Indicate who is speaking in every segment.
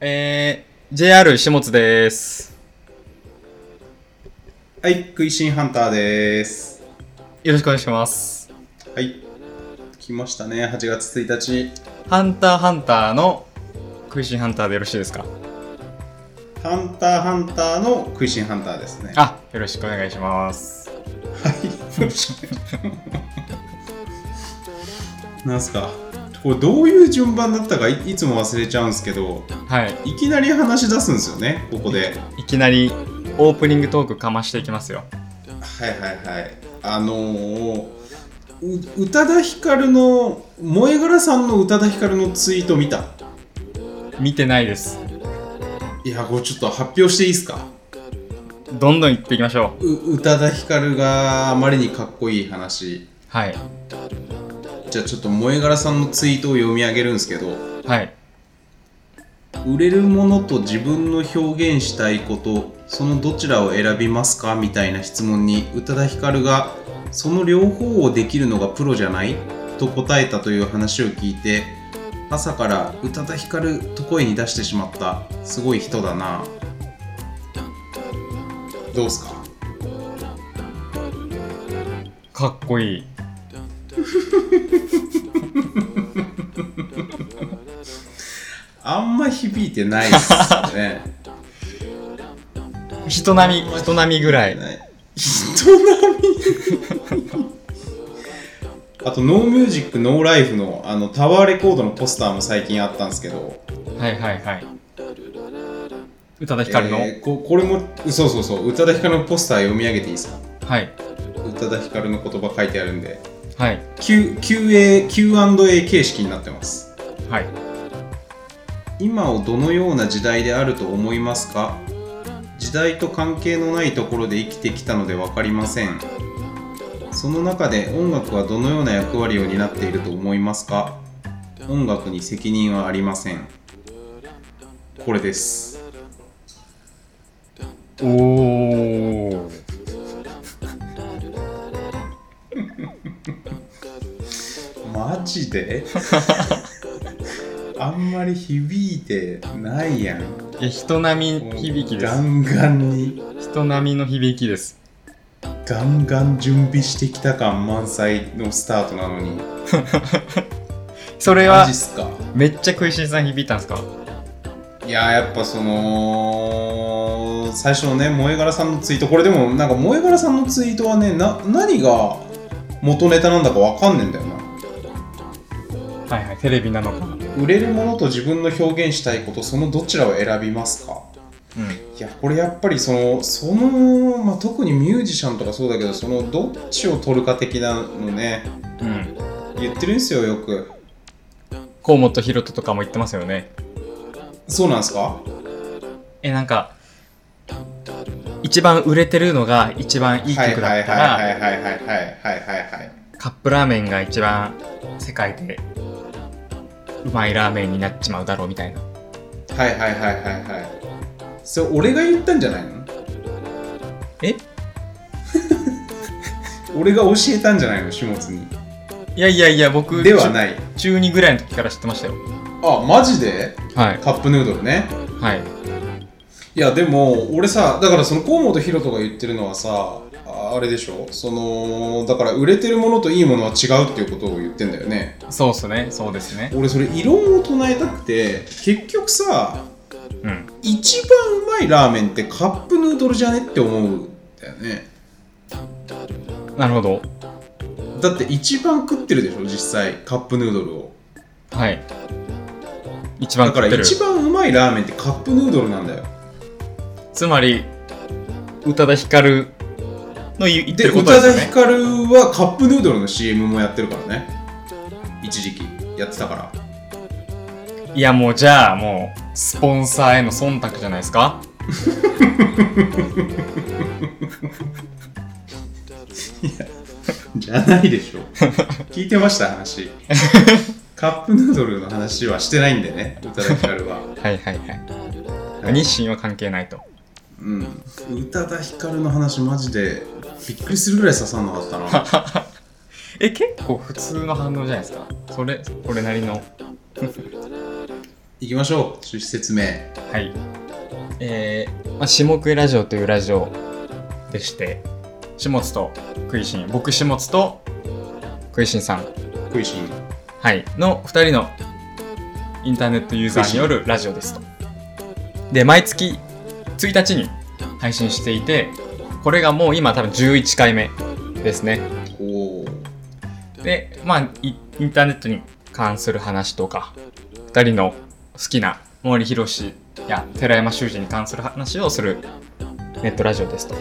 Speaker 1: えー、JR 下津です。
Speaker 2: はい、食いしんハンターです。
Speaker 1: よろしくお願いします。
Speaker 2: はい、来ましたね、8月1日。
Speaker 1: ハンターハンターの食いしんハンターでよろしいですか
Speaker 2: ハンターハンターの食いしんハンターですね。
Speaker 1: あ、よろしくお願いします。
Speaker 2: はい、よろしく。 なんすか、これどういう順番だったかいいつも忘れちゃうんですけど、
Speaker 1: はい。
Speaker 2: いきなり話し出すんですよね、ここで。
Speaker 1: いきなりオープニングトークかましていきますよ。
Speaker 2: はいはいはい。あのー、う宇多田ヒカルの、萌え柄さんの宇多田ヒカルのツイート見た。
Speaker 1: 見てないです。
Speaker 2: いや、これちょっと発表していいですか
Speaker 1: どんどん行っていきましょう。
Speaker 2: う宇多田ヒカルがあまりにかっこいい話
Speaker 1: はい。
Speaker 2: じゃあちょっと萌え柄さんのツイートを読み上げるんですけど
Speaker 1: はい。
Speaker 2: 売れるものと自分の表現したいことそのどちらを選びますかみたいな質問に宇多田ヒカルがその両方をできるのがプロじゃないと答えたという話を聞いて朝から宇多田ヒカルと声に出してしまったすごい人だなどうっすか
Speaker 1: かっこいい。
Speaker 2: あんま響いてないですよね
Speaker 1: 人並み、人並みぐらい。
Speaker 2: ね人並み あとノーミュージックノーライフのあのタワーレコードのポスターも最近あったんですけど
Speaker 1: はいはいはい。宇多田ヒカルの、
Speaker 2: えーここれもそうそうそう宇多田ヒカルのポスター読み上げていいですか
Speaker 1: はい。
Speaker 2: 宇多田ヒカルの言葉書いてあるんで
Speaker 1: はい。
Speaker 2: Q- QA Q&A 形式になってます
Speaker 1: はい。
Speaker 2: 今をどのような時代であると思いますか時代と関係のないところで生きてきたので分かりませんその中で音楽はどのような役割を担っていると思いますか音楽に責任はありませんこれです
Speaker 1: おー。
Speaker 2: マジ であんまり響いてないやん
Speaker 1: いや人並み響きです。
Speaker 2: ンガンに
Speaker 1: 人並みの響きです。
Speaker 2: ガンガン準備してきた感満載のスタートなのに
Speaker 1: それ
Speaker 2: マ
Speaker 1: は
Speaker 2: ジっすか
Speaker 1: めっちゃ食いしんさん響いたんですか
Speaker 2: いやーやっぱその最初のね萌え柄さんのツイートこれでもなんか萌え柄さんのツイートはねな何が元ネタなんだかわかんねえんだよな
Speaker 1: はいはいテレビなのかうん
Speaker 2: 売れるものと自分の表現したいことそのどちらを選びますかいやこれやっぱりそのその、まあ、特にミュージシャンとかそうだけどそのどっちを取るか的なのね
Speaker 1: うん
Speaker 2: 言ってるんですよよく
Speaker 1: 河本大翔とかも言ってますよね
Speaker 2: そうなんですか
Speaker 1: えなんか一番売れてるのが一番いい曲だった
Speaker 2: はい
Speaker 1: ら
Speaker 2: はいはいはいはいはいはいはい
Speaker 1: カップラーメンが一番世界でうまいラーメンになっちまうだろうみたいな
Speaker 2: はいはいはいはいはいそれ俺が言ったんじゃないの
Speaker 1: え
Speaker 2: 俺が教えたんじゃないの始末に
Speaker 1: いやいやいや僕
Speaker 2: ではない
Speaker 1: 中2ぐらいの時から知ってましたよ
Speaker 2: あマジで
Speaker 1: はい
Speaker 2: カップヌードルね
Speaker 1: はい
Speaker 2: いやでも俺さだからその河本大翔が言ってるのはさああれでしょそのだから売れてるものといいものは違うっていうことを言ってんだよね
Speaker 1: そうっすねそうですね
Speaker 2: 俺それ異論を唱えたくて結局さ
Speaker 1: うん
Speaker 2: 一番うまいラーメンってカップヌードルじゃねって思うんだよね
Speaker 1: なるほど
Speaker 2: だって一番食ってるでしょ実際カップヌードルを
Speaker 1: はい一番
Speaker 2: だか
Speaker 1: 食
Speaker 2: ら
Speaker 1: ってる
Speaker 2: 一番うまいラーメンってカップヌードルなんだよ
Speaker 1: つまり宇多田ヒカルの言言って
Speaker 2: で
Speaker 1: るこ
Speaker 2: 宇多
Speaker 1: とです
Speaker 2: 田
Speaker 1: よ
Speaker 2: ヒ
Speaker 1: ね
Speaker 2: カルはカップヌードルの CM もやってるからね一時期やってたから
Speaker 1: いやもうじゃあもうスポンサーへの忖度じゃないですか
Speaker 2: じゃないでしょ 聞いてました 話カップヌードルの話はしてないんでね宇多田ヒカルは、
Speaker 1: はいはいはい
Speaker 2: はい
Speaker 1: 日清は関係ないと
Speaker 2: うん、宇多田ヒカルの話マジでびっくりするぐらい刺さんなかっ たな
Speaker 1: え結構普通の反応じゃないですかそれこれなりの
Speaker 2: 行きましょう趣旨説明
Speaker 1: はい。えー、まあ、下食いラジオというラジオでして、下津と食いしん、僕下津と食いしんさん、
Speaker 2: クイシン
Speaker 1: はい、の2人のインターネットユーザーによるラジオですと。で、毎月1日に配信していて、これがもう今多分11回目ですね。
Speaker 2: おー
Speaker 1: で、まあ、イインターネットに関する話とか、二人の好きな森博氏や寺山修司に関する話をするネットラジオですと。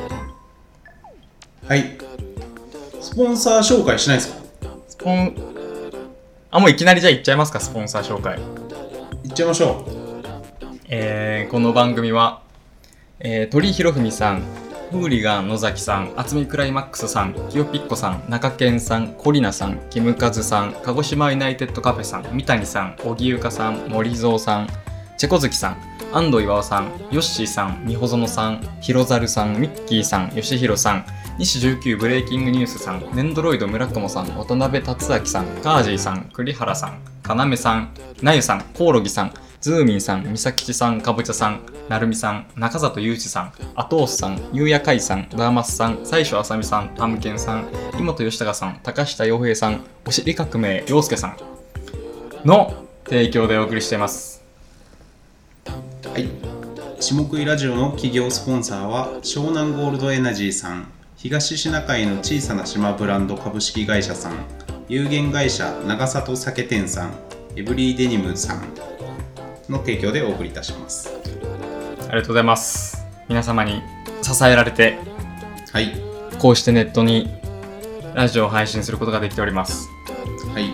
Speaker 2: はいスポンサー紹介しないですか
Speaker 1: スポン、あ、もういきなりじゃあいっちゃいますか、スポンサー紹介。
Speaker 2: 行っちゃいましょ
Speaker 1: えーこの番組は、えー鳥博文さん、フーリガン野崎さん、渥美クライマックスさん、きよぴっこさん、中堅さん、コリナさん、キムカズさん、鹿児島ユナイテッドカフェさん、三谷さん、荻ゆかさん、森蔵さん、チェコ月さん、安藤岩尾さん、ヨッシーさん、みほぞのさん、ひろざるさん、ミッキーさん、よしひろさん、西19ブレイキングニュースさん、ネンドロイド村友さん、渡辺達明さん、ガージーさん、栗原さん、かなめさん、なゆさん、コオロギさん、ズーミンさん、みさきちさん、かぼちゃさん、なるみさん、中里ゆうじさん、あとうすさん、ゆうやかいさん、ダーマスさん、最初あさみさん、たむけんさん、井本義孝さん、高下洋平さん、おしり革命洋介さんの提供でお送りしています。
Speaker 2: うはい下食いラジオの企業スポンサーは湘南ゴールドエナジーさん東シナ海の小さな島ブランド株式会社さん有限会社長里酒店さんエブリーデニムさんの提供でお送りいたします
Speaker 1: ありがとうございます。皆様に支えられて、
Speaker 2: はい
Speaker 1: こうしてネットにラジオを配信することができております。
Speaker 2: はい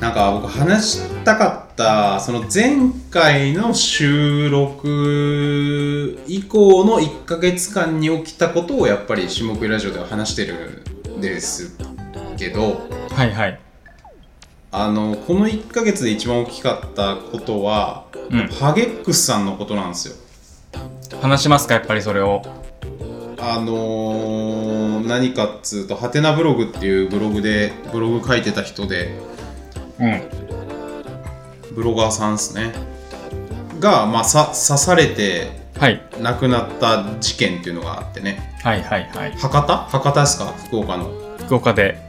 Speaker 2: なんか僕話したかったその前回の収録以降の1ヶ月間に起きたことをやっぱり「下食いラジオ」では話してるんですけど
Speaker 1: はいはい。
Speaker 2: あのこの1ヶ月で一番大きかったことは、
Speaker 1: うん
Speaker 2: ハゲックスさんのことなんですよ
Speaker 1: 話しますか、やっぱりそれを。
Speaker 2: あのー何かっつうと「ハテナブログ」っていうブログでブログ書いてた人で
Speaker 1: うん。
Speaker 2: ブロガーさんですねが、まあ、さ刺されて
Speaker 1: はい。
Speaker 2: 亡くなった事件っていうのがあってね
Speaker 1: はいはいはい。
Speaker 2: 博多博多ですか福岡の
Speaker 1: 福岡で。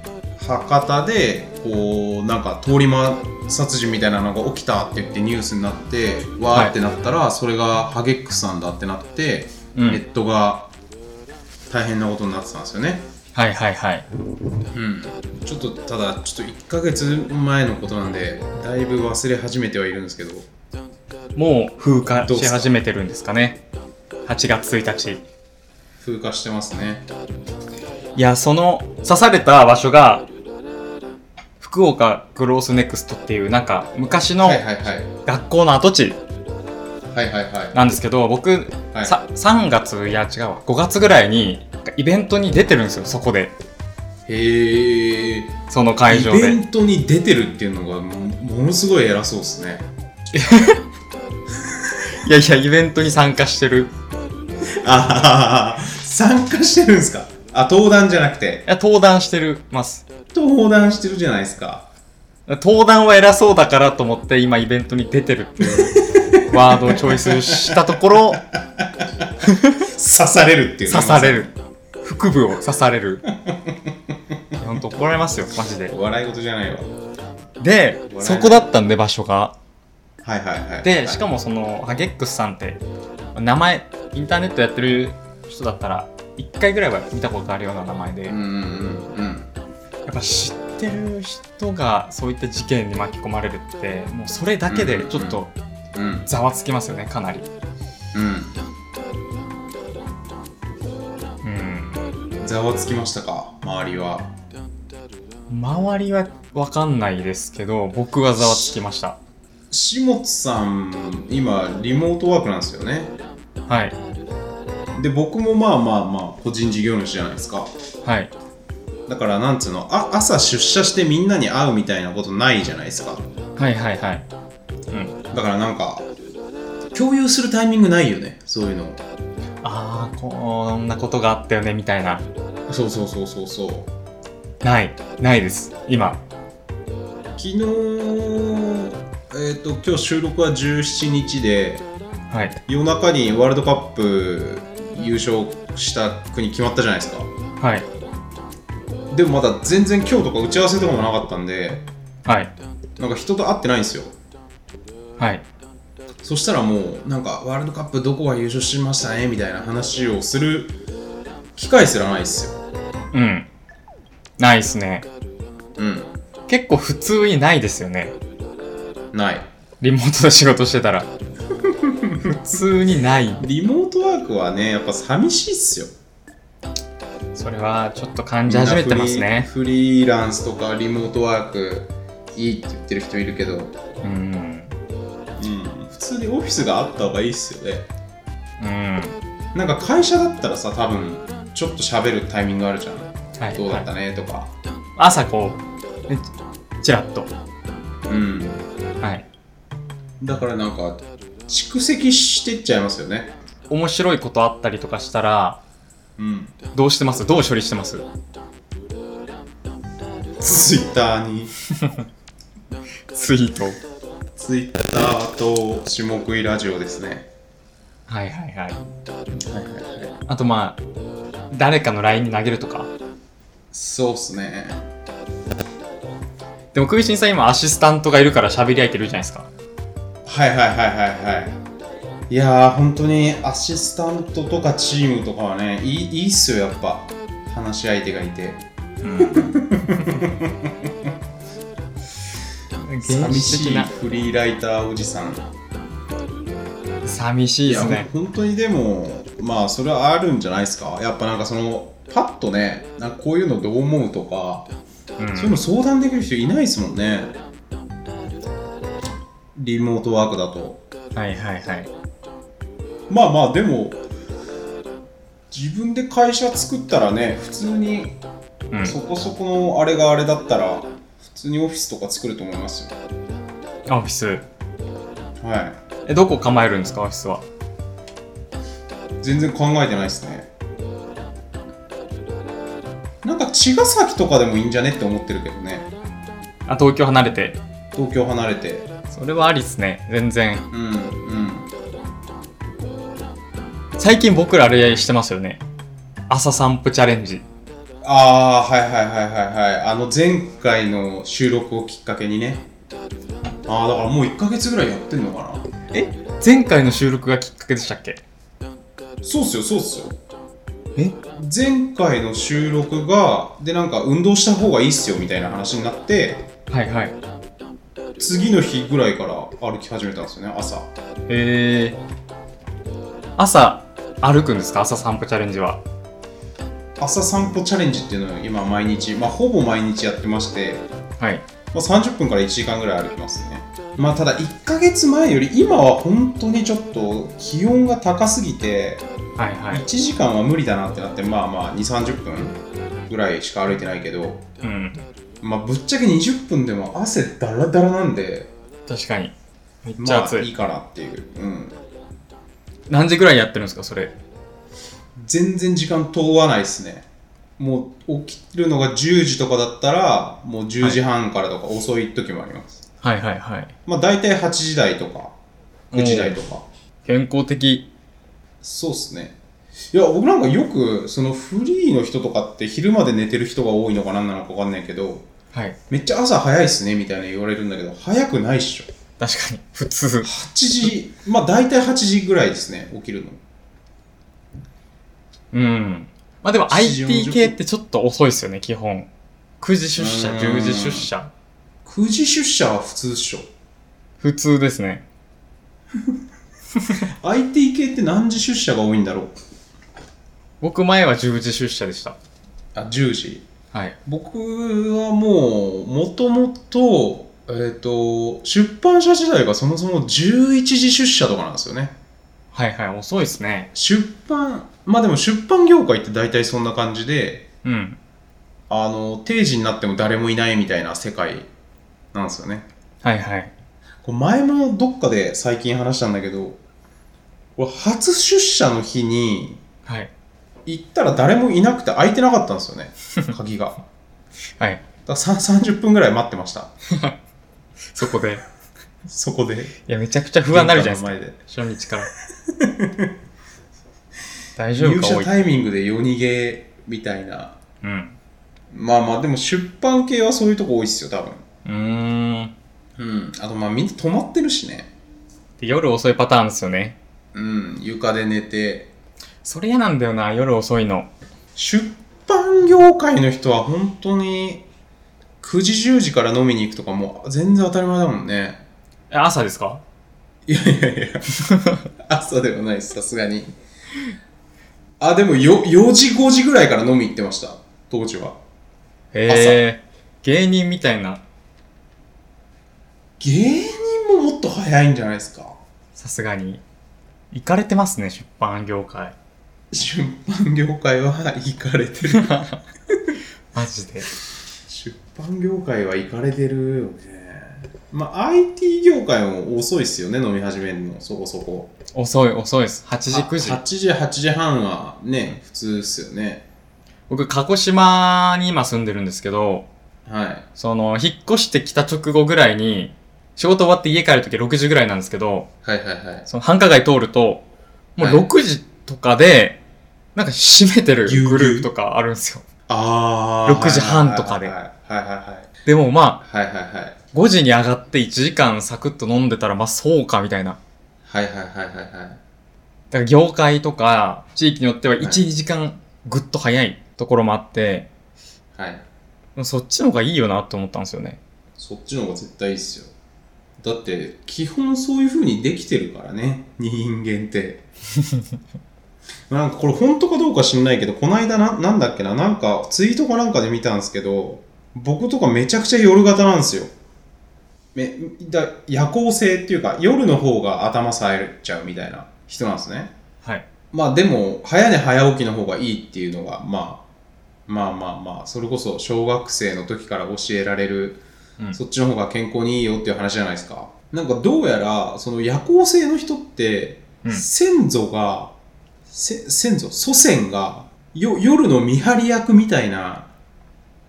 Speaker 2: 博多でこうなんか通り魔殺人みたいなのが起きたって言ってニュースになってわーってなったら、それがハゲックスさんだってなって、
Speaker 1: うん
Speaker 2: ネットが大変なことになってたんですよね
Speaker 1: はいはいはい。
Speaker 2: うんちょっとただちょっと1ヶ月前のことなんでだいぶ忘れ始めてはいるんですけど
Speaker 1: もう風化
Speaker 2: どうっ
Speaker 1: し
Speaker 2: すか
Speaker 1: 始めてるんですかね。8月1日。
Speaker 2: 風化してますね
Speaker 1: いや、その刺された場所が、福岡グロースネクストっていう、なんか昔の
Speaker 2: はいはいはい
Speaker 1: 学校の跡地
Speaker 2: はいはいはい
Speaker 1: なんですけど、僕、
Speaker 2: はい
Speaker 1: さ3月、いや違うわ、5月ぐらいにイベントに出てるんですよ、そこで。
Speaker 2: へえ
Speaker 1: その会場
Speaker 2: イベ
Speaker 1: で。
Speaker 2: ントに出てるっていうのがもものすごい偉そうですね
Speaker 1: いやいや、イベントに参加してる。
Speaker 2: ああ参加してるんですかあ登壇じゃなくて
Speaker 1: いや、登壇してるます。
Speaker 2: 登壇してるじゃないですか
Speaker 1: 登壇は偉そうだからと思って今イベントに出てるっていうワードをチョイスしたところ
Speaker 2: 刺されるっていうね
Speaker 1: 刺される腹部を刺されるいやほんと怒られますよマジで
Speaker 2: お笑い事じゃないわ
Speaker 1: で
Speaker 2: ない
Speaker 1: そこだったんで場所が
Speaker 2: はいはいはい
Speaker 1: でしか
Speaker 2: も
Speaker 1: もそのハゲックスさんって名前インターネットやってる人だったら1回ぐらいは見たことあるような名前で、
Speaker 2: うん
Speaker 1: や
Speaker 2: うんうん
Speaker 1: っぱ知ってる人がそういった事件に巻き込まれるってもうそれだけでちょっと
Speaker 2: うんうん
Speaker 1: ざわつきますよねかなりうん
Speaker 2: うんざわつきましたか周りは
Speaker 1: 周りは分かんないですけど僕はざわつきました
Speaker 2: 下津さん今リモートワークなんですよね
Speaker 1: はい
Speaker 2: で僕もまあまあまあ個人事業主じゃないですか
Speaker 1: はい
Speaker 2: だからなんつうのあ朝出社してみんなに会うみたいなことないじゃないですか
Speaker 1: はいはいはいうん
Speaker 2: だからなんか共有するタイミングないよねそういうの
Speaker 1: ああこんなことがあったよねみたいな
Speaker 2: そうそうそうそうそう
Speaker 1: ないないです今
Speaker 2: 昨日ええっ、と今日収録は17日で
Speaker 1: はい。
Speaker 2: 夜中にワールドカップ優勝した国決まったじゃないですか
Speaker 1: はい。
Speaker 2: でもまだ全然今日とか打ち合わせとかもなかったんで
Speaker 1: はい。
Speaker 2: なんか人と会ってないんですよ
Speaker 1: はい。
Speaker 2: そしたらもうなんかワールドカップどこが優勝しましたねみたいな話をする機会すらないっすよ
Speaker 1: うん。ないですね。
Speaker 2: うん
Speaker 1: 結構普通にないですよね。
Speaker 2: ない
Speaker 1: リモートで仕事してたら。 普通にない。
Speaker 2: リモートワークはねやっぱ寂しいっすよ
Speaker 1: それはちょっと感じ始めてますね。
Speaker 2: フリーフリーランスとかリモートワークいいって言ってる人いるけど、
Speaker 1: う
Speaker 2: うん、
Speaker 1: ん。
Speaker 2: 普通にオフィスがあった方がいいっすよね
Speaker 1: うん。
Speaker 2: なんか会社だったらさ多分ちょっと喋るタイミングあるじゃん
Speaker 1: はい。
Speaker 2: どうだった
Speaker 1: はい
Speaker 2: ねとか、
Speaker 1: 朝こう、ねちらっと。
Speaker 2: うん
Speaker 1: はい。
Speaker 2: だからなんか蓄積してっちゃいますよね
Speaker 1: 面白いことあったりとかしたら、
Speaker 2: うん
Speaker 1: どうしてますどう処理してます
Speaker 2: ツイッターに
Speaker 1: ツイート。
Speaker 2: ツイッターと下食いラジオですね
Speaker 1: はいはいはい。
Speaker 2: はいはいはい
Speaker 1: あとまあ、誰かの LINE に投げるとか。
Speaker 2: そうっすね
Speaker 1: でも、クイシンさん今アシスタントがいるから喋り合えてるじゃないですか。
Speaker 2: はいはいはいはいはいいやー本当にアシスタントとかチームとかはねいいいいっすよやっぱ話し相手がいて
Speaker 1: うん。
Speaker 2: 寂
Speaker 1: 寂
Speaker 2: し
Speaker 1: し
Speaker 2: い
Speaker 1: いな。
Speaker 2: フリーライターおじさん
Speaker 1: 寂しいですね。
Speaker 2: ほん本当にでもまあそれはあるんじゃないですかやっぱなんかそのパッとねなんかこういうのどう思うとか、
Speaker 1: うん
Speaker 2: そういうの相談できる人いないですもんねリモートワークだと
Speaker 1: はいはいはい。
Speaker 2: まあまあでも自分で会社作ったらね普通に
Speaker 1: うん。
Speaker 2: そこそこのあれがあれだったら普通にオフィスとか作ると思いますよ
Speaker 1: オフィス。
Speaker 2: はい
Speaker 1: え、どこ構えるんですか、オフィスは。
Speaker 2: 全然考えてないですねなんか茅ヶ崎とかでもいいんじゃねって思ってるけどね
Speaker 1: あ、東京離れて。
Speaker 2: 東京離れて
Speaker 1: それはありっすね。全然。
Speaker 2: うんうん
Speaker 1: 最近僕らあれしてますよね。朝散歩チャレンジ。
Speaker 2: ああはいはいはいはいはいあの前回の収録をきっかけにねああだからもう1ヶ月ぐらいやってんのか
Speaker 1: え前回の収録がきっかけでしたっけ
Speaker 2: なそうっすよそうっすよ
Speaker 1: え
Speaker 2: 前回の収録がでなんか運動した方がいいっすよみたいな話になって
Speaker 1: はいはい。
Speaker 2: 次の日ぐらいから歩き始めたんですよね朝
Speaker 1: えー、朝歩くんですか朝散歩チャレンジは。
Speaker 2: 朝散歩チャレンジっていうのを今毎日、まあ、ほぼ毎日やってまして、
Speaker 1: はい。
Speaker 2: まあ、30分から1時間ぐらい歩きますねまあただ1ヶ月前より今は本当にちょっと気温が高すぎて
Speaker 1: はいはい
Speaker 2: 1。時間は無理だなってなってまあまあ2 3 0分ぐらいしか歩いてないけど
Speaker 1: うん。
Speaker 2: まあぶっちゃけ20分でも汗だらだらなんで
Speaker 1: 確かに。めっちゃ
Speaker 2: ま
Speaker 1: 暑
Speaker 2: あ
Speaker 1: い。
Speaker 2: いいかなっていう、うん、
Speaker 1: 何時ぐらいやってるんですかそれ。
Speaker 2: 全然時間問わないですねもう起きるのが10時とかだったらもう10時半からとか遅い時もあります、
Speaker 1: はいはいはい。
Speaker 2: まあ大体8時台とか9時台とか
Speaker 1: 健康的。
Speaker 2: そうっすねいや僕なんかよくそのフリーの人とかって昼まで寝てる人が多いのか何なのか分かんないけど
Speaker 1: はい。
Speaker 2: めっちゃ朝早いっすねみたいな言われるんだけど早くないっしょ
Speaker 1: 確かに。普通。
Speaker 2: 8時まあ大体8時ぐらいですね起きるの
Speaker 1: うん。まあでも
Speaker 2: 7
Speaker 1: IT
Speaker 2: 40
Speaker 1: 系ってちょっと遅いですよね、基本。9時出社、
Speaker 2: うーん
Speaker 1: 10時出社。
Speaker 2: 9時出社は普通っしょ
Speaker 1: 普通ですね。
Speaker 2: IT 系って何時出社が多いんだろう
Speaker 1: 僕前は10時出社でした。
Speaker 2: あ10時
Speaker 1: はい。
Speaker 2: 僕はもうもともとえっ、と出版社時代がそもそも11時出社とかなんですよね
Speaker 1: はいはい、遅いですね。
Speaker 2: 出版まあでも出版業界って大体そんな感じで
Speaker 1: うん。
Speaker 2: あの定時になっても誰もいないみたいな世界なんですよね
Speaker 1: はいはい。
Speaker 2: これ前もどっかで最近話したんだけど俺初出社の日に
Speaker 1: はい。
Speaker 2: 行ったら誰もいなくて開いてなかったんですよ ね鍵がだか
Speaker 1: はい。
Speaker 2: らさ30分ぐらい待ってました
Speaker 1: そこで。
Speaker 2: そこで
Speaker 1: いや、めちゃくちゃ不安になるじゃない
Speaker 2: で
Speaker 1: ですか。初日から。 大丈夫
Speaker 2: 入
Speaker 1: か、
Speaker 2: 社
Speaker 1: おい。
Speaker 2: タイミングで夜逃げみたいな
Speaker 1: うん。
Speaker 2: まあまあでも出版系はそういうとこ多いっすよ多分
Speaker 1: うーん。
Speaker 2: うんあとまあみんな泊まってるしね
Speaker 1: で夜遅いパターンですよね。
Speaker 2: うん床で寝て
Speaker 1: それ嫌なんだよな、夜遅いの。
Speaker 2: 出版業界の人は本当に9時10時から飲みに行くとかもう全然当たり前だもんね
Speaker 1: え朝ですか
Speaker 2: いやいやいや朝ではないですさすがにあでもよ4時5時ぐらいから飲み行ってました当時は
Speaker 1: へえ。芸人みたいな、
Speaker 2: 芸人ももっと早いんじゃないですか
Speaker 1: さすがに。行かれてますね、出版業界。
Speaker 2: 出版業界は行かれ てる
Speaker 1: マジで。
Speaker 2: 出版業界は行かれてるよねまあ IT 業界も遅いっすよね飲み始めるのそこそこ
Speaker 1: 遅い、遅いです。8時、9時
Speaker 2: あ。8時8時半はね普通っすよね
Speaker 1: 僕、鹿児島に今住んでるんですけど、
Speaker 2: はい
Speaker 1: その、引っ越してきた直後ぐらいに、仕事終わって家帰るとき6時ぐらいなんですけど、
Speaker 2: はいはいはい
Speaker 1: その繁華街通ると、もう
Speaker 2: はい
Speaker 1: 6時とかで、なんか閉めてる
Speaker 2: ぎゅうぎゅう
Speaker 1: グループとかあるんですよ。
Speaker 2: ああ
Speaker 1: 6時半とかで
Speaker 2: はいはいはい
Speaker 1: でもま
Speaker 2: はいはいはいはい
Speaker 1: あ、5時に上がって1時間サクッと飲んでたら、まあそうかみたいな。
Speaker 2: はいはいはいはいはい
Speaker 1: だから業界とか、地域によっては1、
Speaker 2: はい
Speaker 1: 2時間ぐっと早いところもあって、
Speaker 2: はい
Speaker 1: そっちの方がいいよなって思ったんですよね。
Speaker 2: そっちの方が絶対いいっすよだって基本そういう風にできてるからね人間ってなんかこれ本当かどうか知んないけどこの間ななんだっけななんかツイートかなんかで見たんですけど僕とかめちゃくちゃ夜型なんですよめだ夜行性っていうか夜の方が頭さえちゃうみたいな人なんですね
Speaker 1: はい。
Speaker 2: まあでも早寝早起きの方がいいっていうのが、まあ、まあまあまあそれこそ小学生の時から教えられる
Speaker 1: うん。
Speaker 2: そっちの方が健康にいいよっていう話じゃないですか。なんかどうやら、その夜行性の人って、
Speaker 1: うん
Speaker 2: 先祖が、せ先祖、祖先がよ、夜の見張り役みたいな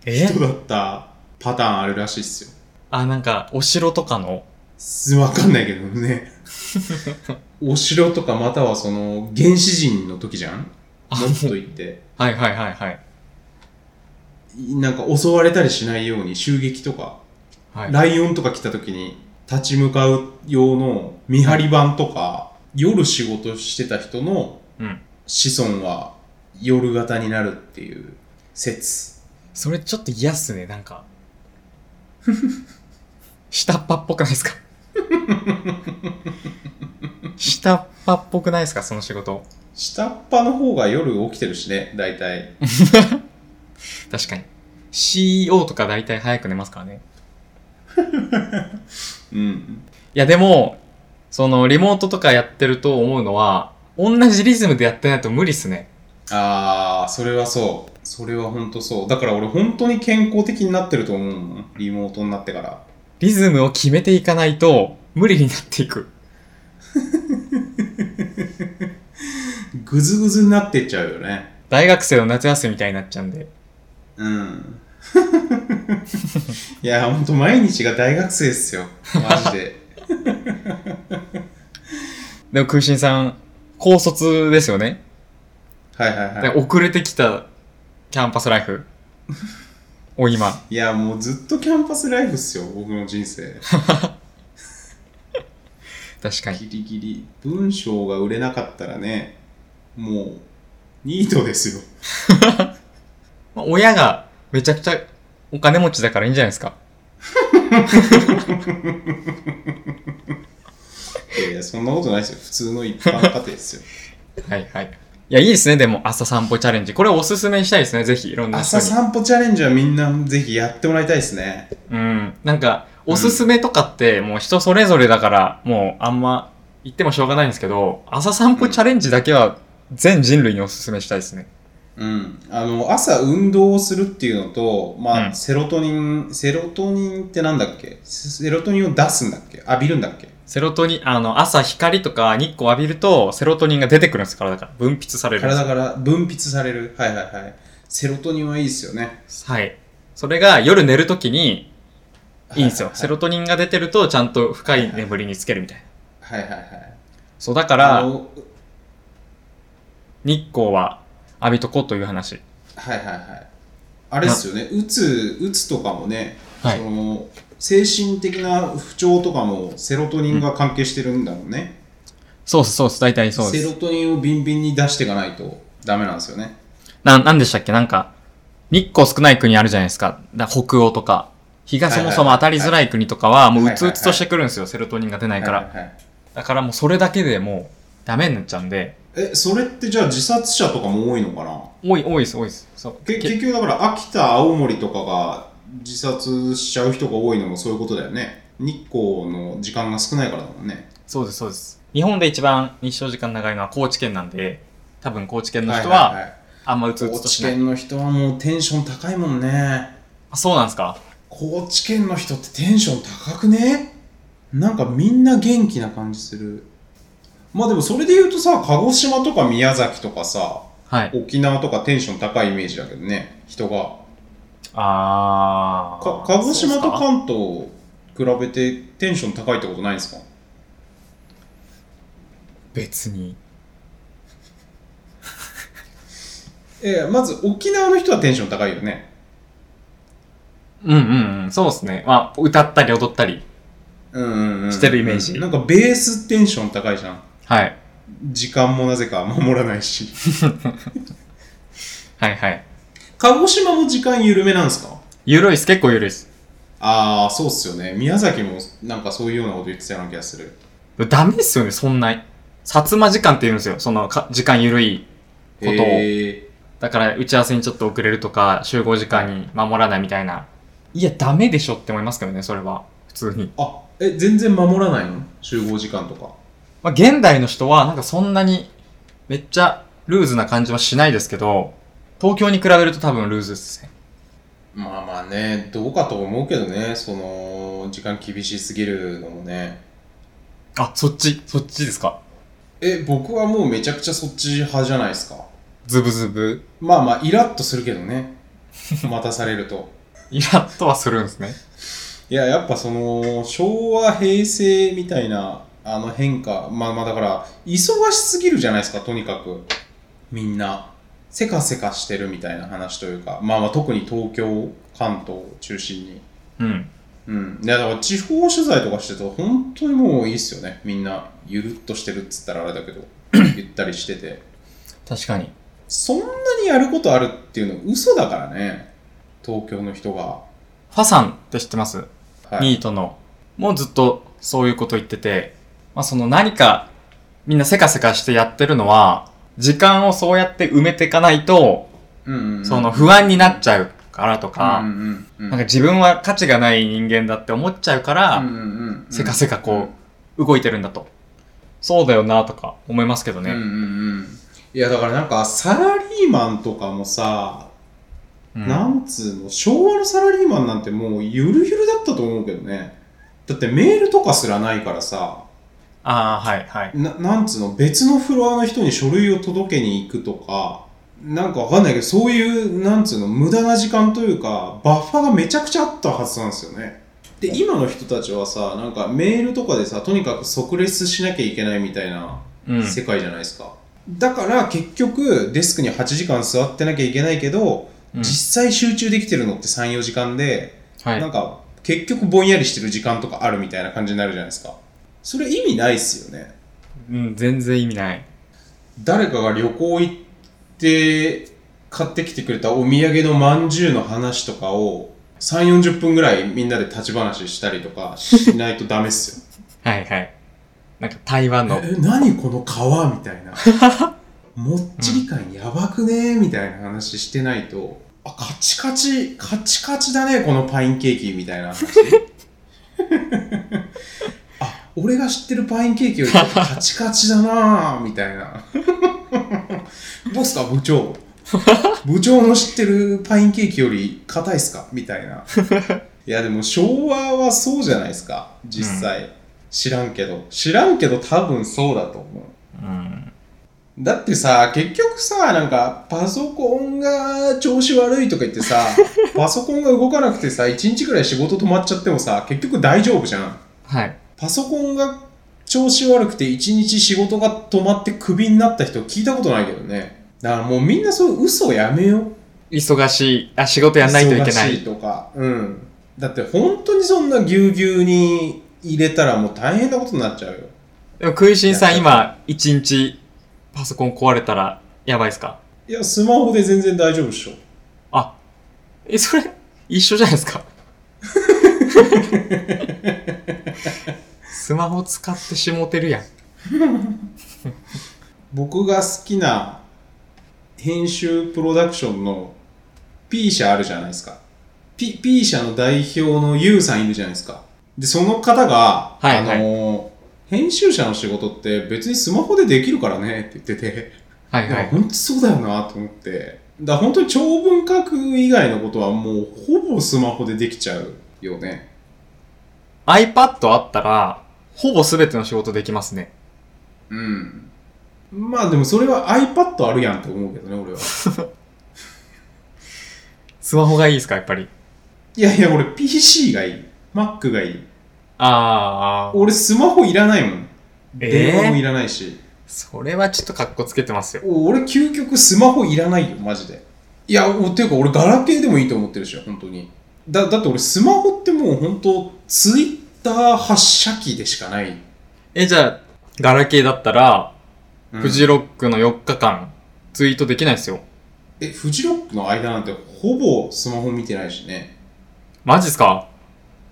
Speaker 1: え
Speaker 2: 人だったパターンあるらしいっすよ
Speaker 1: あ、なんか、お城とかの。
Speaker 2: す。わかんないけど ね。お城とかまたはその原始人の時じゃん
Speaker 1: あ
Speaker 2: もっと言って。
Speaker 1: はいはいはいはい。
Speaker 2: いなんか襲われたりしないように襲撃とか、
Speaker 1: はい。
Speaker 2: ライオンとか来た時に立ち向かう用の見張り板とか、夜仕事してた人の
Speaker 1: うん。
Speaker 2: 子孫は夜型になるっていう説。
Speaker 1: それちょっと嫌っすね、なんか。 下っ端っぽくないですか 下っ端っぽくないですかその仕事。
Speaker 2: 下っ端の方が夜起きてるしね、大体。
Speaker 1: 確かに。CEO とか大体早く寝ますからね。
Speaker 2: うん。
Speaker 1: いやでも、その、リモートとかやってると思うのは、同じリズムでやってないと無理っすね。
Speaker 2: あー、それはそう。それは本当そう。だから俺本当に健康的になってると思うもん。リモートになってから。
Speaker 1: リズムを決めていかないと、無理になっていく。
Speaker 2: ぐずぐずになってっちゃうよね。
Speaker 1: 大学生の夏休みみたいになっちゃうんで。
Speaker 2: うん。 いや、ほんと毎日が大学生っすよ。マジで。
Speaker 1: でも空心さん、高卒ですよね、
Speaker 2: はいはいはい
Speaker 1: で。遅れてきたキャンパスライフ を今。
Speaker 2: いや、もうずっとキャンパスライフっすよ、僕の人生。
Speaker 1: 確かに。
Speaker 2: ギリギリ。文章が売れなかったらね、もう、ニートですよ。
Speaker 1: まあ、親がめちゃくちゃお金持ちだからいいんじゃないですか。
Speaker 2: いやいや、そんなことないですよ。普通の一般家庭です よ。
Speaker 1: はいはい。いや、いいですね。でも、朝散歩チャレンジ。これおすすめしたいですね。ぜひ、いろんな人
Speaker 2: 朝
Speaker 1: に。
Speaker 2: 散歩チャレンジはみんなぜひやってもらいたいですね。
Speaker 1: うん。なんか、おすすめとかって、もう人それぞれだから、もうあんま言ってもしょうがないんですけど、朝散歩チャレンジだけは全人類におすすめしたいですね。
Speaker 2: うん。あの、朝運動をするっていうのと、まあ、
Speaker 1: うん
Speaker 2: セロトニン、セロトニンってなんだっけセロトニンを出すんだっけ浴びるんだっけ
Speaker 1: セロトニン、あの、朝光とか日光浴びると、セロトニンが出てくるんです、体から。分泌されるんで
Speaker 2: 体から分泌される。はいはいはい。セロトニンはいいですよね。
Speaker 1: す。はい。それが夜寝るときに、いいんですよ。セロトニンが出てると、ちゃんと深い眠りにつけるみたいな。
Speaker 2: はいはいはい
Speaker 1: そう、だか
Speaker 2: あ
Speaker 1: ら、
Speaker 2: の
Speaker 1: 日光は浴びとこうという話。
Speaker 2: はいはいはいあれですよねうつうつとかもね、
Speaker 1: はい
Speaker 2: その精神的な不調とかもセロトニンが関係してるんだもんね、
Speaker 1: そうです、そうです。大体そうで
Speaker 2: セロ
Speaker 1: す。
Speaker 2: トニンをビンビンに出していかないとダメなんですよね
Speaker 1: な、なんでしたっけなんか、日光少ない国あるじゃないですか。だ北欧とか。日がそもそも当たりづらい国とかは、もううつうつとしてくるんですよ。セロトニンが出ないか
Speaker 2: は
Speaker 1: ら。
Speaker 2: いはいはい
Speaker 1: だからもうそれだけでもうダメになっちゃうんで、
Speaker 2: えそれってじゃあ自殺者とかも多いのかな
Speaker 1: 多い、多いです、多いです。そう。
Speaker 2: け
Speaker 1: け
Speaker 2: 結局だから秋田青森とかが自殺しちゃう人が多いのもそういうことだよね日光の時間が少ないからだもんね
Speaker 1: そうです、そうです。日本で一番日照時間長いのは高知県なんで、多分高知県の人
Speaker 2: い
Speaker 1: はい
Speaker 2: い
Speaker 1: あんまうつう
Speaker 2: 高
Speaker 1: つと
Speaker 2: 知
Speaker 1: しない。
Speaker 2: 県の人はもうテンション高いもんね
Speaker 1: あ、そうなんですか
Speaker 2: 高知県の人ってテンション高くねなんかみんな元気な感じするまあでもそれで言うとさ鹿児島とか宮崎とかさ
Speaker 1: はい。
Speaker 2: 沖縄とかテンション高いイメージだけどね人が
Speaker 1: あ
Speaker 2: か
Speaker 1: ー。
Speaker 2: 鹿児島
Speaker 1: そう
Speaker 2: と
Speaker 1: っす
Speaker 2: 関東比べてテンション高いってことないんですか
Speaker 1: 別に。
Speaker 2: ええまず沖縄の人はテンション高いよね
Speaker 1: うんうんうん、そうですね。まあ、歌ったり踊ったり。
Speaker 2: うんうん、うん、
Speaker 1: してるイメージ
Speaker 2: なんかベーステンション高いじゃん
Speaker 1: はい。
Speaker 2: 時間もなぜか守らないし
Speaker 1: はいはい。
Speaker 2: 鹿児島も時間緩めなんですか
Speaker 1: ゆるいっす、結構ゆるいっす。
Speaker 2: ああそうっすよね宮崎もなんかそういうようなこと言ってたような気がする
Speaker 1: ダメっすよね、そんな。薩摩時間って言うんですよ。その、か時間ゆるい。ことを
Speaker 2: え
Speaker 1: だから、打ち合わせにちょっと遅れるとか、集合時間に守らないみたいな。いや、ダメでしょって思いますけどね、それは。普通に。
Speaker 2: ー、あえ全然守らないの集合時間とか
Speaker 1: まあ、現代の人は、なんかそんなに、めっちゃ、ルーズな感じはしないですけど、東京に比べると多分ルーズですね。
Speaker 2: まあまあねどうかと思うけどねその時間厳しすぎるのもね
Speaker 1: あ、そっち、そっちですか。
Speaker 2: え僕はもうめちゃくちゃそっち派じゃないですか
Speaker 1: ズブズブ。
Speaker 2: まあまあイラッとするけど ね待たされると
Speaker 1: イラッとはするんですね。
Speaker 2: いややっぱその昭和平成みたいなあの変化まあまあだから忙しすぎるじゃないですかとにかくみんなせかせかしてるみたいな話というかまあまあ特に東京関東を中心に
Speaker 1: うん。
Speaker 2: うん、いやだから地方取材とかしてると本当にもういいっすよねみんなゆるっとしてるっつったらあれだけど ゆったりしてて
Speaker 1: 確かに。
Speaker 2: そんなにやることあるっていうの嘘だからね東京の人が、
Speaker 1: ファさんって知ってます、
Speaker 2: はい、
Speaker 1: ニートの。もうずっとそういうこと言ってて、まあその何かみんなせかせかしてやってるのは、時間をそうやって埋めていかないと、
Speaker 2: うんうんうん
Speaker 1: その不安になっちゃうからとか、
Speaker 2: うんうんうん
Speaker 1: なんか自分は価値がない人間だって思っちゃうから、
Speaker 2: うんうんうん
Speaker 1: せかせかこう動いてるんだと。そうだよなとか思いますけど
Speaker 2: うんうん
Speaker 1: ね。
Speaker 2: うんいやだからなんかサラリーマンとかもさ、
Speaker 1: うん
Speaker 2: なんつうの昭和のサラリーマンなんてもうゆるゆるだったと思うけどねだってメールとかすらないからさ
Speaker 1: ああ、はいはい。
Speaker 2: ななんつうの別のフロアの人に書類を届けに行くとかなんかわかんないけどそういうなんつうの無駄な時間というかバッファーがめちゃくちゃあったはずなんですよねで今の人たちはさなんかメールとかでさとにかく即レスしなきゃいけないみたいな
Speaker 1: うん。
Speaker 2: 世界じゃないですか、だから結局デスクに8時間座ってなきゃいけないけど、
Speaker 1: うん
Speaker 2: 実際集中できてるのって34時間で
Speaker 1: はい
Speaker 2: なんか結局ぼんやりしてる時間とかあるみたいな感じになるじゃないですかそれ意味ないっすよね
Speaker 1: うん、全然意味ない。
Speaker 2: 誰かが旅行行って買ってきてくれたお土産のまんじゅうの話とかを3、40分ぐらいみんなで立ち話したりとかしないとダメっすよ。
Speaker 1: はいはい。なんか台湾 の。
Speaker 2: え、何この川みたいな。もっちり感やばくねみたいな話してないと、あ、カチカチ、カチカチだね、このパインケーキみたいな話。あ、俺が知ってるパインケーキよりカチカチだなみたいな。どうすか部長部長の知ってるパインケーキより硬いっすかみたいないやでも昭和はそうじゃないですか実際、知らんけど知らんけど多分そうだと思う
Speaker 1: うん。
Speaker 2: だってさ結局さなんかパソコンが調子悪いとか言ってさ パソコンが動かなくてさ1日ぐらい仕事止まっちゃってもさ結局大丈夫じゃん
Speaker 1: はい。
Speaker 2: パソコンが調子悪くて1日仕事が止まってクビになった人聞いたことないけどねだからもうみんなそういう嘘をやめよう
Speaker 1: 忙しい、あ、仕事やんないといけな
Speaker 2: 忙し
Speaker 1: い。
Speaker 2: いとか、うん、だって本当にそんなぎゅうぎゅうに入れたらもう大変なことになっちゃうよ
Speaker 1: でも、食いしんさ
Speaker 2: い
Speaker 1: ん今、
Speaker 2: や
Speaker 1: 一日、パソコン壊れたら、やばいですか
Speaker 2: いやスマホで全然大丈夫っしょ
Speaker 1: あ、え、それ、一緒じゃないです か。スマホ使ってしもてるやん。
Speaker 2: 僕が好きな編集プロダクションの P 社あるじゃないですか P, P 社の代表の U さんいるじゃないですかでその方が、
Speaker 1: はい
Speaker 2: あの編集者の仕事って別にスマホでできるからねって言ってて
Speaker 1: はい
Speaker 2: い
Speaker 1: は
Speaker 2: や
Speaker 1: い。
Speaker 2: 本当そうだよなと思ってだから本当に長文書く以外のことはもうほぼスマホでできちゃうよね
Speaker 1: iPad あったら、ほぼ全ての仕事できますね。
Speaker 2: うんまあでもそれは iPad あるやんと思うけどね俺は
Speaker 1: スマホがいいですか、やっぱり。
Speaker 2: いやいや俺 PC がいい Mac がいい
Speaker 1: あー、
Speaker 2: 俺スマホいらないもん
Speaker 1: えー
Speaker 2: 電話もいらないし、
Speaker 1: それはちょっと格好つけてますよ。
Speaker 2: お俺究極スマホいらないよマジでいやおていうか俺ガラケーでもいいと思ってるし本当にだだって俺スマホってもう本当ツイッター発射機でしかない、
Speaker 1: え、じゃあ、ガラケーだったら、
Speaker 2: うん
Speaker 1: フジロックの4日間、ツイートできないですよ。
Speaker 2: え、フジロックの間なんてほぼスマホ見てないしね。
Speaker 1: マジっすか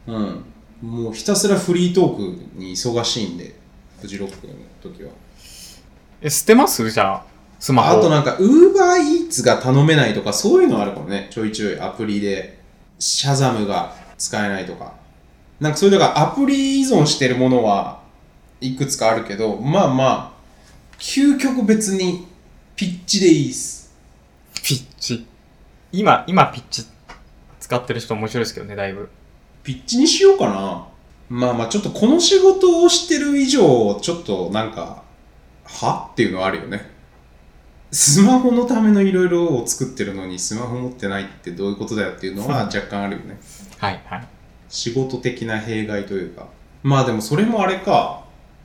Speaker 2: うん。もうひたすらフリートークに忙しいんで、フジロックの時は。
Speaker 1: え、捨てますじゃあ、スマ
Speaker 2: あ
Speaker 1: ホ。
Speaker 2: となんか、ウーバーイーツが頼めないとか、そういうのあるかもね。ちょいちょいアプリで、シャザムが使えないとか。なんかそういう、だからアプリ依存してるものはいくつかあるけど、まあまあ、究極別にピッチでいいっす。
Speaker 1: ピッチ。今、今ピッチ使ってる人面白いですけどね、だいぶ。
Speaker 2: ピッチにしようかな。まあまあ、ちょっとこの仕事をしてる以上、ちょっとなんか、はっていうのはあるよね。スマホのためのいろいろを作ってるのに、スマホ持ってないってどういうことだよっていうのは若干あるよね。
Speaker 1: はい、はい。
Speaker 2: 仕事的な弊害というか。まあでもそれもあれか、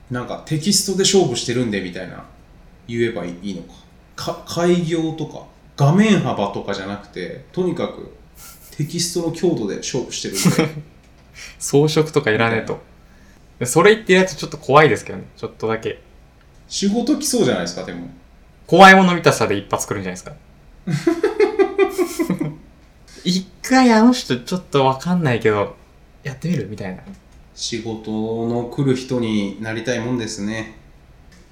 Speaker 2: なんかテキストで勝負してるんでみたいな言えばいいのか。か開業とか、画面幅とかじゃなくて、とにかくテキストの強度で勝負してるんで。
Speaker 1: 装飾とかいらねえと。でそれ言ってるやつちょっと怖いですけどね、ちょっとだけ。
Speaker 2: 仕事来そうじゃないですかでも
Speaker 1: 怖いもの見たさで一発来るんじゃないですか。 一回あの人ちょっとわかんないけど、やってみるみたいな。
Speaker 2: 仕事の来る人になりたいもんですね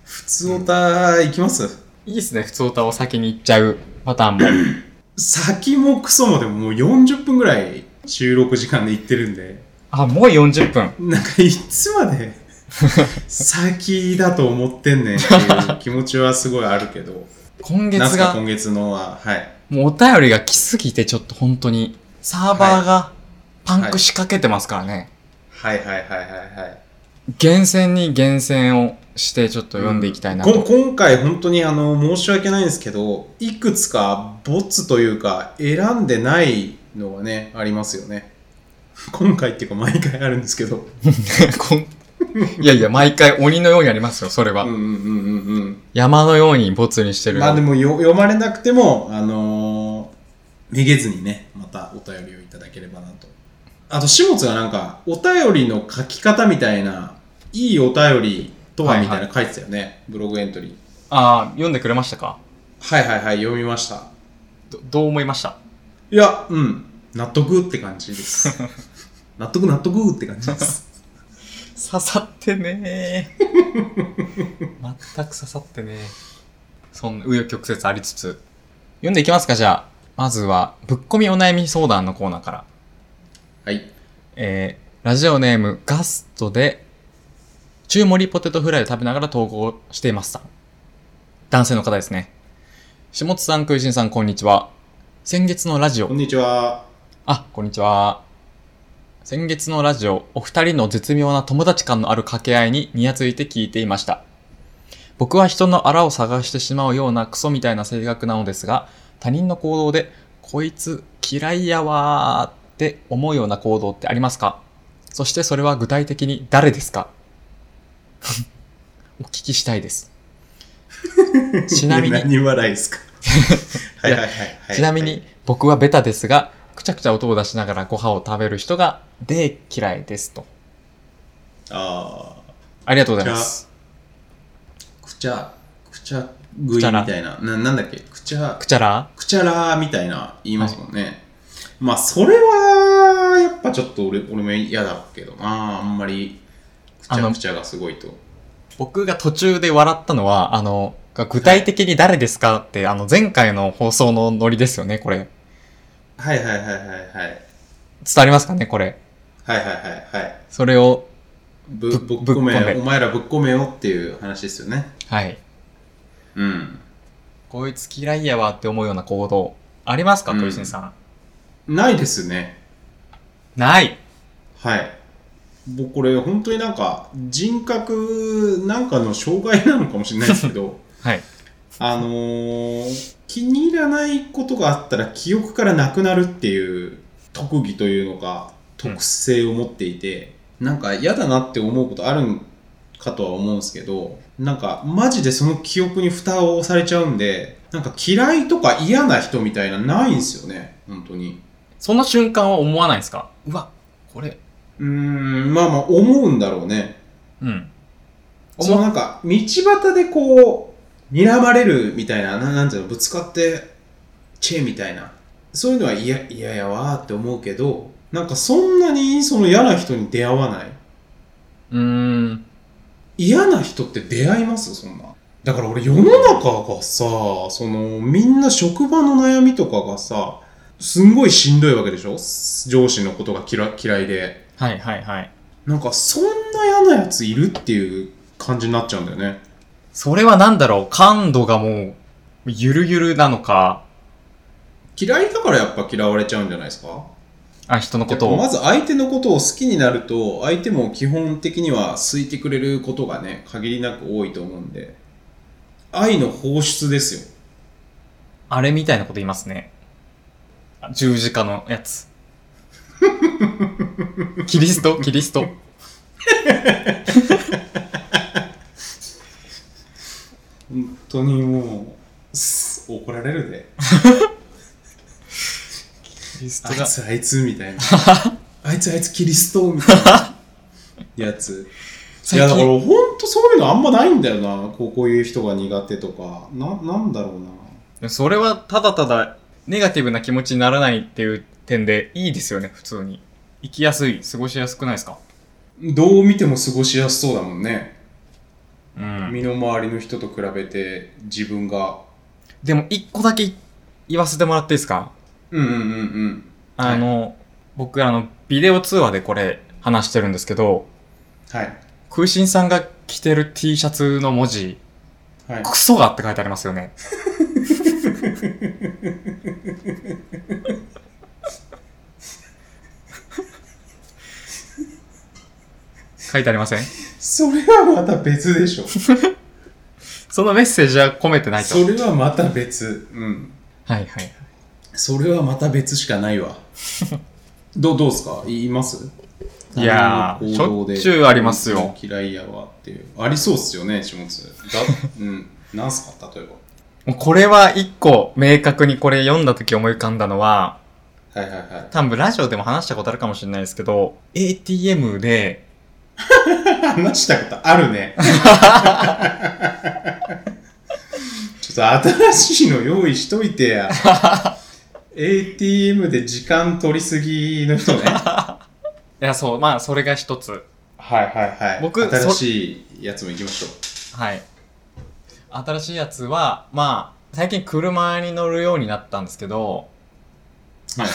Speaker 2: 普通オタ行きます、
Speaker 1: いいですね、普通歌を先に行っちゃうパターンも。
Speaker 2: 先もクソもでももう40分ぐらい収録時間で行ってるんで
Speaker 1: あ、もう40分。
Speaker 2: なんかいつまで先だと思ってんねんって いう気持ちはすごいあるけど
Speaker 1: 今
Speaker 2: なん
Speaker 1: 月
Speaker 2: すか
Speaker 1: が、
Speaker 2: 今月のははい
Speaker 1: もうお便りが来すぎてちょっと本当に、サーバーがパンクしかけてますからね。
Speaker 2: はいはいはいはいはい
Speaker 1: 厳選に厳選をしてちょっと読んでいきたいなと。
Speaker 2: こ今回本当にあの申し訳ないんですけどいくつかボツというか選んでないのがねありますよね 今回っていうか毎回あるんですけど
Speaker 1: こん いやいや、毎回鬼のようにありますよ、それは。
Speaker 2: うんうんうんうん
Speaker 1: 山のように没にして
Speaker 2: うん
Speaker 1: る。
Speaker 2: まあでもよ読まれなくてもあのーめげずにねまたお便りをいただければなとあと始末がなんかお便りの書き方みたいないいお便りとはみたいな書いてたよね、ブログエントリー
Speaker 1: あー読んでくれましたか
Speaker 2: はいはいはい読みました
Speaker 1: どどう思いました
Speaker 2: いや、うん。納得って感じです。 納得納得って感じです。
Speaker 1: 刺さってね ー。全く刺さってねー。そんな、紆余曲折ありつつ。読んでいきますか、じゃあ。まずは、ぶっこみお悩み相談のコーナーから。
Speaker 2: はい。
Speaker 1: えーラジオネームガストで、中盛りポテトフライを食べながら投稿していますさん。男性の方ですね。下津さん、くいしんさん、こんにちは。先月のラジ
Speaker 2: こ
Speaker 1: オ
Speaker 2: ん、にちは。
Speaker 1: あ、こんにちは。先月のラジオ、お二人の絶妙な友達感のある掛け合いにニヤついて聞いていました。僕は人のあらを探してしまうようなクソみたいな性格なのですが、他人の行動で、こいつ嫌いやわーって思うような行動ってありますかそしてそれは具体的に誰ですか お聞きしたいです。ちなみに
Speaker 2: 何笑 いですかはいはいはいはい。
Speaker 1: ちなみに僕はベタですが、くちゃくちゃ音を出しながらご飯を食べる人がで嫌いですと。
Speaker 2: あ
Speaker 1: ありがとうございます。
Speaker 2: あ、くちゃ、くちゃ食いみたいな。ななんだっけくちゃ
Speaker 1: く、ちゃら
Speaker 2: くちゃらーみたいな言いますもんね。まあ、それは、やっぱちょっと俺俺も嫌だけどな。あんまり、くち
Speaker 1: あ
Speaker 2: ゃ
Speaker 1: の
Speaker 2: くちゃがすごいと。
Speaker 1: 僕が途中で笑ったのは、あの、が具体的に誰ですかって、あの前回の放送のノリですよね、これ。
Speaker 2: はいはいはいはいはい。
Speaker 1: 伝わりますかね、これ。
Speaker 2: はいはいはいはい。
Speaker 1: それを、
Speaker 2: ぶ
Speaker 1: ぶ
Speaker 2: ぶっこ
Speaker 1: ぶ
Speaker 2: め
Speaker 1: っこめ
Speaker 2: お前らぶっこめよっていう話ですよね。
Speaker 1: はい。
Speaker 2: うん。
Speaker 1: こいつ嫌いやわって思うような行動、ありますか、
Speaker 2: うん
Speaker 1: 豊臣さん。
Speaker 2: ないですね。
Speaker 1: ない。
Speaker 2: はい。僕これ本当になんか人格なんかの障害なのかもしれないですけど、
Speaker 1: はい。
Speaker 2: あのー気に入らないことがあったら記憶からなくなるっていう特技というのか特性を持っていて、なんか嫌だなって思うことあるんかとは思うんですけどなんかマジでその記憶に蓋を押されちゃうんでなんか嫌いとか嫌な人みたいなないんですよね本当に
Speaker 1: その瞬間は思わないですかうわ、これ。
Speaker 2: うーんまあまあ思うんだろうね
Speaker 1: うん。
Speaker 2: その
Speaker 1: 思
Speaker 2: なんか道端でこう睨まれるみたいなななんていうのぶつかってチェーみたいなそういうのは嫌嫌やわーって思うけどなんかそんなにその嫌な人に出会わないう
Speaker 1: うーん。
Speaker 2: 嫌な人って出会いますそんなだから俺世の中がさそのみんな職場の悩みとかがさすんごいしんどいわけでしょ上司のことが嫌嫌いで
Speaker 1: はいはいはい。
Speaker 2: なんかそんな嫌なやついるっていう感じになっちゃうんだよね
Speaker 1: それはなんだろう感度がもう、ゆるゆるなのか、
Speaker 2: 嫌いだからやっぱ嫌われちゃうんじゃないですか
Speaker 1: あ、人のこと
Speaker 2: ま
Speaker 1: を。
Speaker 2: ず相手のことを好きになると相手も基本的には好いてくれることがね限りなく多いと思うんで愛の放出ですよ
Speaker 1: あれみたいなこと言いますね。あ十字架のや つ。キリストキリスト。
Speaker 2: 本当にもうす怒られるで
Speaker 1: キリス
Speaker 2: あいつあいつみたいなあいつあいつキリストみたいなやついやだから本当そういうのあんまないんだよなこうこういう人が苦手とかななんだろうな
Speaker 1: それはただただネガティブな気持ちにならないっていう点でいいですよね、普通に。生きやすい、過ごしやすくないですか
Speaker 2: どう見ても過ごしやすそうだもんね
Speaker 1: うん。
Speaker 2: 身の回りの人と比べて自分が
Speaker 1: でも一個だけ言わせてもらっていいですか
Speaker 2: うんうんうんうん
Speaker 1: あの、僕あの、ビデオ通話でこれ話してるんですけど、
Speaker 2: はい
Speaker 1: 空心さんが着てる T シャツの文字、
Speaker 2: はい
Speaker 1: クソがって書いてありますよね。書いてありません
Speaker 2: それはまた別でしょ
Speaker 1: そのメッセージは込めてないと。
Speaker 2: それはまた別うん
Speaker 1: はいはい。
Speaker 2: それはまた別しか ないわどうどうすか言います
Speaker 1: いやー
Speaker 2: 他人の行動で
Speaker 1: しょっちゅうありますよ
Speaker 2: 嫌いやわっていうありそうっすよね下津だうんなんすか例えば
Speaker 1: もうこれは一個明確にこれ読んだ時思い浮かんだのは、
Speaker 2: はいはいはい
Speaker 1: 多分ラジオでも話したことあるかもしれないですけど、ATM で、
Speaker 2: 話したことあ るね。ちょっと新しいの用意しといてや。ATM で時間取りすぎの人ね。はい
Speaker 1: やそう、まあそれが一つ。
Speaker 2: いはいはい。
Speaker 1: 僕
Speaker 2: 新しいやつも行きましょう。
Speaker 1: はい。新しいやつは、まあ、最近車に乗るようになったんですけど、
Speaker 2: はい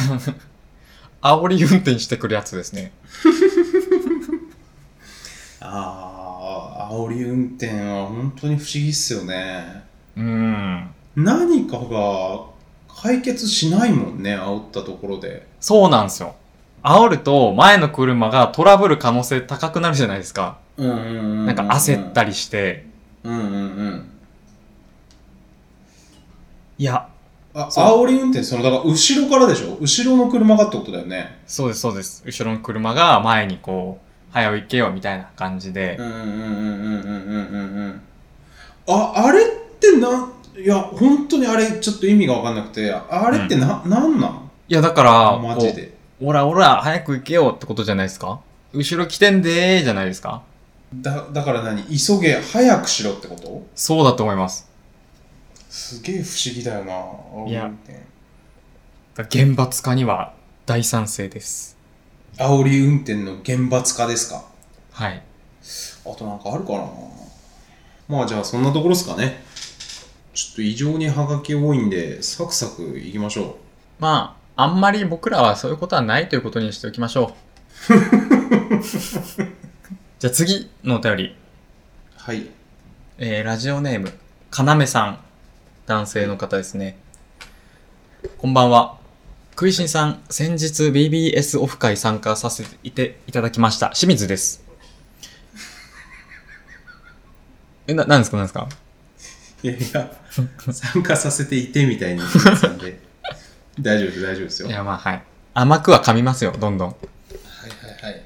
Speaker 1: 煽り運転してくるやつですね。
Speaker 2: ああ、煽り運転は本当に不思議っすよね。
Speaker 1: うーん。
Speaker 2: 何かが解決しないもんね、煽ったところで。
Speaker 1: そうなんですよ。煽ると前の車がトラブル可能性高くなるじゃないですか。
Speaker 2: うんうんうんうん。
Speaker 1: なんか焦った
Speaker 2: り。
Speaker 1: りして、
Speaker 2: うんうんうん
Speaker 1: いや
Speaker 2: あ
Speaker 1: そう
Speaker 2: 煽り運転そのだから後ろからでしょ後ろの車がってことだよね
Speaker 1: そうですそうです後ろの車が前にこう早う行けよみたいな感じで、
Speaker 2: うんうんうんうんうんうんうんうんああれってないや本当にあれちょっと意味が分かんなくてあれってな、ん、なんなん
Speaker 1: いやだから
Speaker 2: マジで
Speaker 1: こうオラオラ早く行けよってことじゃないですか後ろ来てんでーじゃないですか
Speaker 2: だだから何急げ早くしろってこと
Speaker 1: そうだと思います
Speaker 2: すげえ不思議だよな煽
Speaker 1: い
Speaker 2: り
Speaker 1: や
Speaker 2: 運転
Speaker 1: だから厳罰化には大賛成です
Speaker 2: 煽り運転の厳罰化ですか
Speaker 1: はい
Speaker 2: あとなんかあるかなまあじゃあそんなところですかねちょっと異常にハガキ多いんでサクサクいきましょ
Speaker 1: まああんまり僕らはそういうことはないということにしておきましょう じゃあ次のお便り
Speaker 2: うはい
Speaker 1: えーラジオネーム、かなめさん。男性の方ですね。こんばんは。食いしんさん、先日 BBS オフ会参加させていていただきました。清水です。え、な、なんですかなんですか
Speaker 2: いやいや参加させていてみたいに言ってたん で大丈夫です大丈夫ですよ
Speaker 1: い
Speaker 2: はい
Speaker 1: や、まあはい。甘くは噛みますよ、どんどん。
Speaker 2: はいはい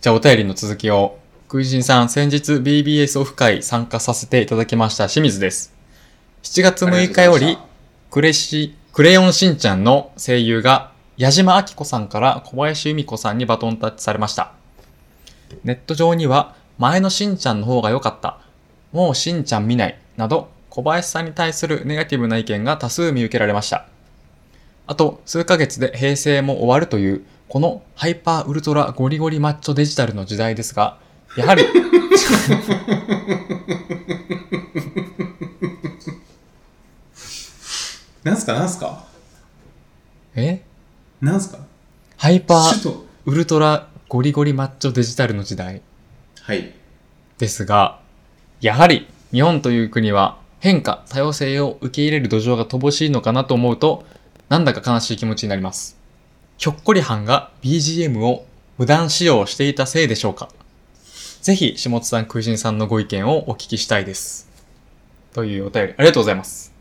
Speaker 1: じゃあお便りの続きを。食いしんさん、先日 BBS オフ会参加させていただきました。清水です。7月6日よ
Speaker 2: あ
Speaker 1: り
Speaker 2: がとうございました
Speaker 1: クレシ、クレヨンしんちゃんの声優が矢島明子さんから小林由美子さんにバトンタッチされました。ネット上には前のしんちゃんの方が良かった。もうしんちゃん見ない。など小林さんに対するネガティブな意見が多数見受けられました。あと数ヶ月で平成も終わるというこのハイパーウルトラゴリゴリマッチョデジタルの時代ですが、やはり
Speaker 2: なんすかなんすか
Speaker 1: え
Speaker 2: なんすか
Speaker 1: ハイパー
Speaker 2: ちょっと
Speaker 1: ウルトラゴリゴリマッチョデジタルの時代
Speaker 2: はい
Speaker 1: ですが、やはり日本という国は変化、多様性を受け入れる土壌が乏しいのかなと思うと、なんだか悲しい気持ちになります。ひょっこりはんが BGM を無断使用していたせいでしょうかぜひ、下津さん、空人さんのご意見をお聞きしたいです。というお便り、ありがとうございます。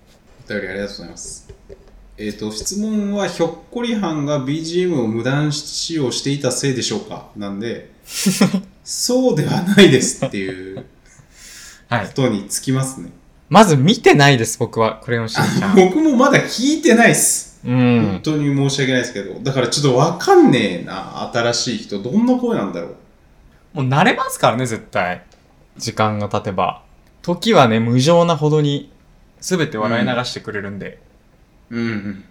Speaker 2: お便りありがとうございますえっ、と質問はひょっこりはんが BGM を無断使用していたせいでしょうかなん でそうではないですっていう
Speaker 1: は
Speaker 2: こ
Speaker 1: い。
Speaker 2: とにつきますね
Speaker 1: まず見てないです、僕は。クレヨンしんち ゃん。
Speaker 2: 僕もまだ聞いてないっす
Speaker 1: う
Speaker 2: 本
Speaker 1: ん。
Speaker 2: 当に申し訳ないですけど、だからちょっとわかんねえな、新しい人、どんな声なんだろう。
Speaker 1: もう慣れますからね、絶対。時間が経てば。時はね、無情なほどに、すべて笑い流してくれるんで。
Speaker 2: うん。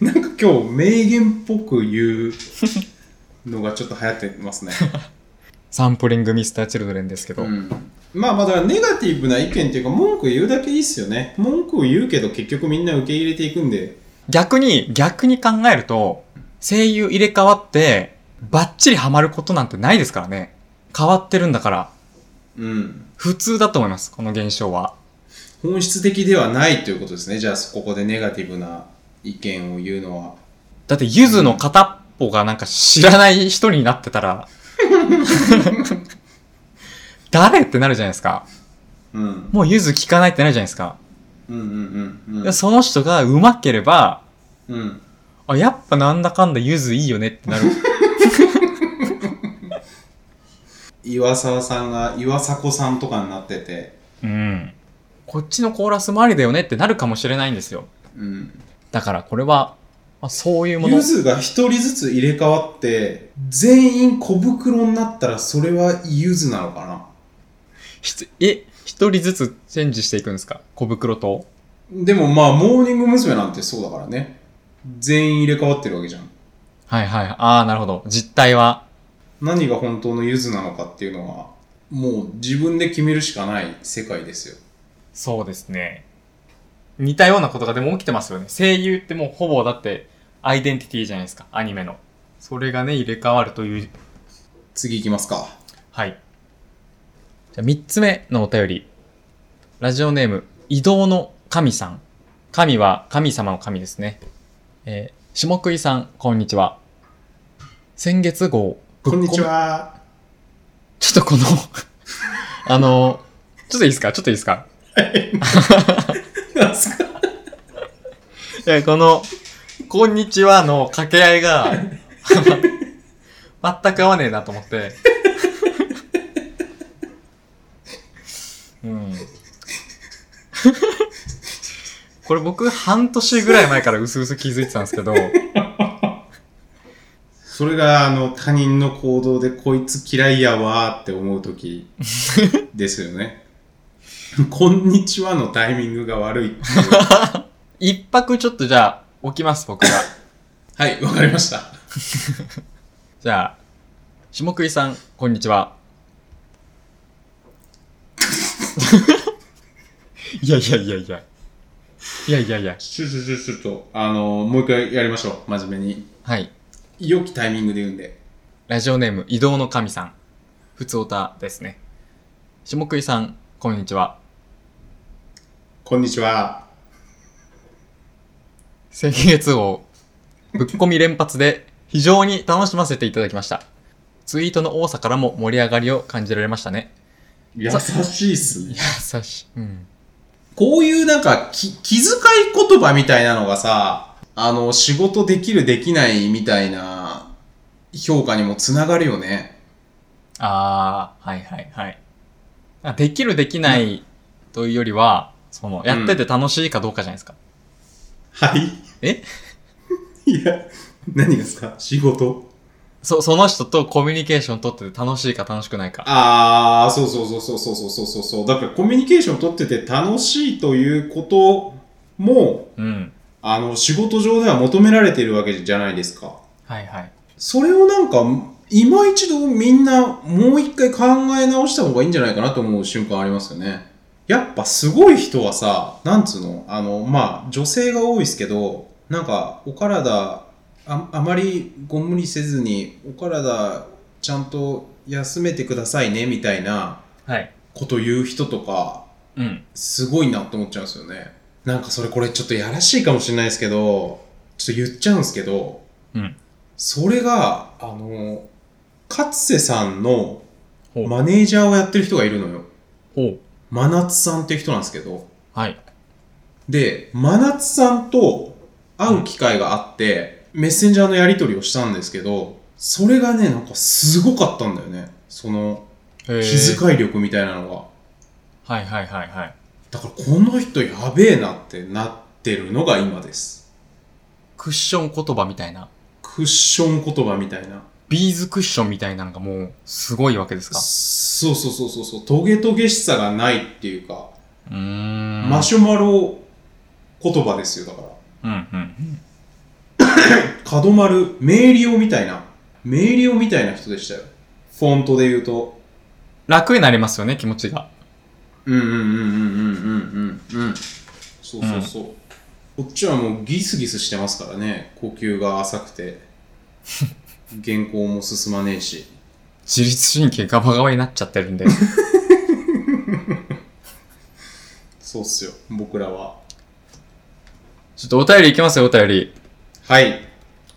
Speaker 2: なんか今日、名言っぽく言うのがちょっと流行ってますね。
Speaker 1: サンプリングミスターチルドレンですけど。
Speaker 2: うん。まあまあ、だからネガティブな意見っていうか、文句言うだけいいっすよね。文句を言うけど、結局みんな受け入れていくんで。
Speaker 1: 逆に、逆に考えると、声優入れ替わって、バッチリハマることなんてないですからね。変わってるんだから、
Speaker 2: うん。
Speaker 1: 普通だと思います、この現象は。
Speaker 2: 本質的ではないということですね。じゃあ、ここでネガティブな意見を言うのは。
Speaker 1: だって、ゆずの片っぽがなんか知らない人になってた ら、誰ってなるじゃないですか。
Speaker 2: うん。
Speaker 1: もうゆず聞かないってなるじゃないですか。
Speaker 2: うんうんうん
Speaker 1: いうや
Speaker 2: ん。
Speaker 1: その人が上手ければ、
Speaker 2: うん。
Speaker 1: あ、やっぱなんだかんだゆずいいよねってなる。
Speaker 2: 岩沢さんが岩迫さんとかになってて、
Speaker 1: うん。こっちのコーラス周りだよねってなるかもしれないんですよ。
Speaker 2: うん、
Speaker 1: だからこれは、まあ、そういうもの
Speaker 2: ゆ。ずが一人ずつ入れ替わって全員小袋になったらそれはゆずなのか
Speaker 1: ひつえ、一人ずつチェンジしていくんですか小袋と。
Speaker 2: なでもまあモーニング娘。なんてそうだからね全員入れ替わってるわけじゃん
Speaker 1: はいはい。ああ、なるほど。実態は。
Speaker 2: 何が本当のゆずなのかっていうのはもう自分で決めるしかない世界ですよ
Speaker 1: そうですね。似たようなことがでも起きてますよね。声優ってもうほぼだって、アイデンティティじゃないですか。アニメの。それがね、入れ替わるという
Speaker 2: 次行きますか
Speaker 1: はい。じゃあ、三つ目のお便り。ラジオネーム、移動の神さん。神は神様の神ですね。えー、下食いさん、こんにちは。先月号、ぶっ
Speaker 2: こんにち
Speaker 1: こ
Speaker 2: は
Speaker 1: み。ちょっとこの 、あの、ちょっといいですかちょっといいですか
Speaker 2: なんすか
Speaker 1: いや、この、こんにちはの掛け合いが、 全く合わねえなと思って。うん。これ僕、半年ぐらい前からうすうす気づいてたんですけど、
Speaker 2: それが、あの、他人の行動で、こいつ嫌いやわーって思うときですよね。こんにちはのタイミングが悪いっていう。
Speaker 1: 一泊ちょっとじゃあ、置きます、僕が。
Speaker 2: はい、わかりました。
Speaker 1: じゃあ、下食いさん、こんにちは。 いやいやいやいや。いやいやいや。
Speaker 2: ちょちょちょちょっと、あの、もう一回やりましょう。真面目に。
Speaker 1: はい。
Speaker 2: 良きタイミングで言うんで。
Speaker 1: ラジオネーム、移動の神さん。ふつおたですね。下食いさん、こんにちは。
Speaker 2: こんにちは。
Speaker 1: 先月号、ぶっこみ連発で非常に楽しませていただきました。ツイートの多さからも盛り上がりを感じられましたね。
Speaker 2: 優しいっすね。
Speaker 1: 優しい。うん。
Speaker 2: こういうなんかき気遣い言葉みたいなのがさ、あの、仕事できるできないみたいな評価にもつながるよね。
Speaker 1: ああ、はいはいはい。あできるできないというよりは、その、やってて楽しいかどうかじゃないですか。
Speaker 2: はい
Speaker 1: え
Speaker 2: いや、何がですか仕事
Speaker 1: そ、その人とコミュニケーション取ってて楽しいか楽しくないか。
Speaker 2: ああ、そうそうそうそうそうそうそうそう。だからコミュニケーション取ってて楽しいということも、
Speaker 1: うん。
Speaker 2: あの、仕事上では求められてるわけじゃないですか。
Speaker 1: はいはい。
Speaker 2: それをなんか、今一度みんなもう一回考え直した方がいいんじゃないかなと思う瞬間ありますよね。やっぱすごい人はさ、なんつうのあの、まあ、女性が多いですけど、なんか、お体、ああまりご無理せずに、お体、ちゃんと休めてくださいね、みたいな
Speaker 1: はい。
Speaker 2: こと言う人とか、
Speaker 1: うん。
Speaker 2: すごいなって思っちゃうんですよね。なんかそれこれちょっとやらしいかもしれないですけど、ちょっと言っちゃうんですけど、
Speaker 1: うん。
Speaker 2: それが、あの、勝瀬さんの
Speaker 1: ほう。
Speaker 2: マネージャーをやってる人がいるのよ。
Speaker 1: ほう。
Speaker 2: 真夏さんっていう人なんですけど。
Speaker 1: はい。
Speaker 2: で、真夏さんと会う機会があって、メッセンジャーのやり取りをしたんですけど、それがね、なんかすごかったんだよね。その、
Speaker 1: 気
Speaker 2: 気。遣い力みたいなのが。
Speaker 1: はいはいはいはい。
Speaker 2: だからこの人やべえなってなってるのが今です。
Speaker 1: クッション言葉みたいな。
Speaker 2: クッション言葉みたいな。
Speaker 1: ビーズクッションみたいなのがもう、すごいわけですか。
Speaker 2: そうそうそうそうそう、トゲトゲしさがないっていうか、
Speaker 1: うーん。
Speaker 2: マシュマロ言葉ですよ、だから。
Speaker 1: うんうん。
Speaker 2: 角丸、明瞭みたいな、明瞭みたいな人でしたよ。フォントで言うと。
Speaker 1: 楽になりますよね、気持ちが。
Speaker 2: うんうんうんうんうんうんうんうん。そうそうそう。こっちはもうギスギスしてますからね。呼吸が浅く て。原稿も進まねえし。
Speaker 1: 自律神経ガバガバになっちゃって るんで。
Speaker 2: そうっすよ、僕らは。
Speaker 1: ちょっとお便りいきますよ、お便り。
Speaker 2: はい。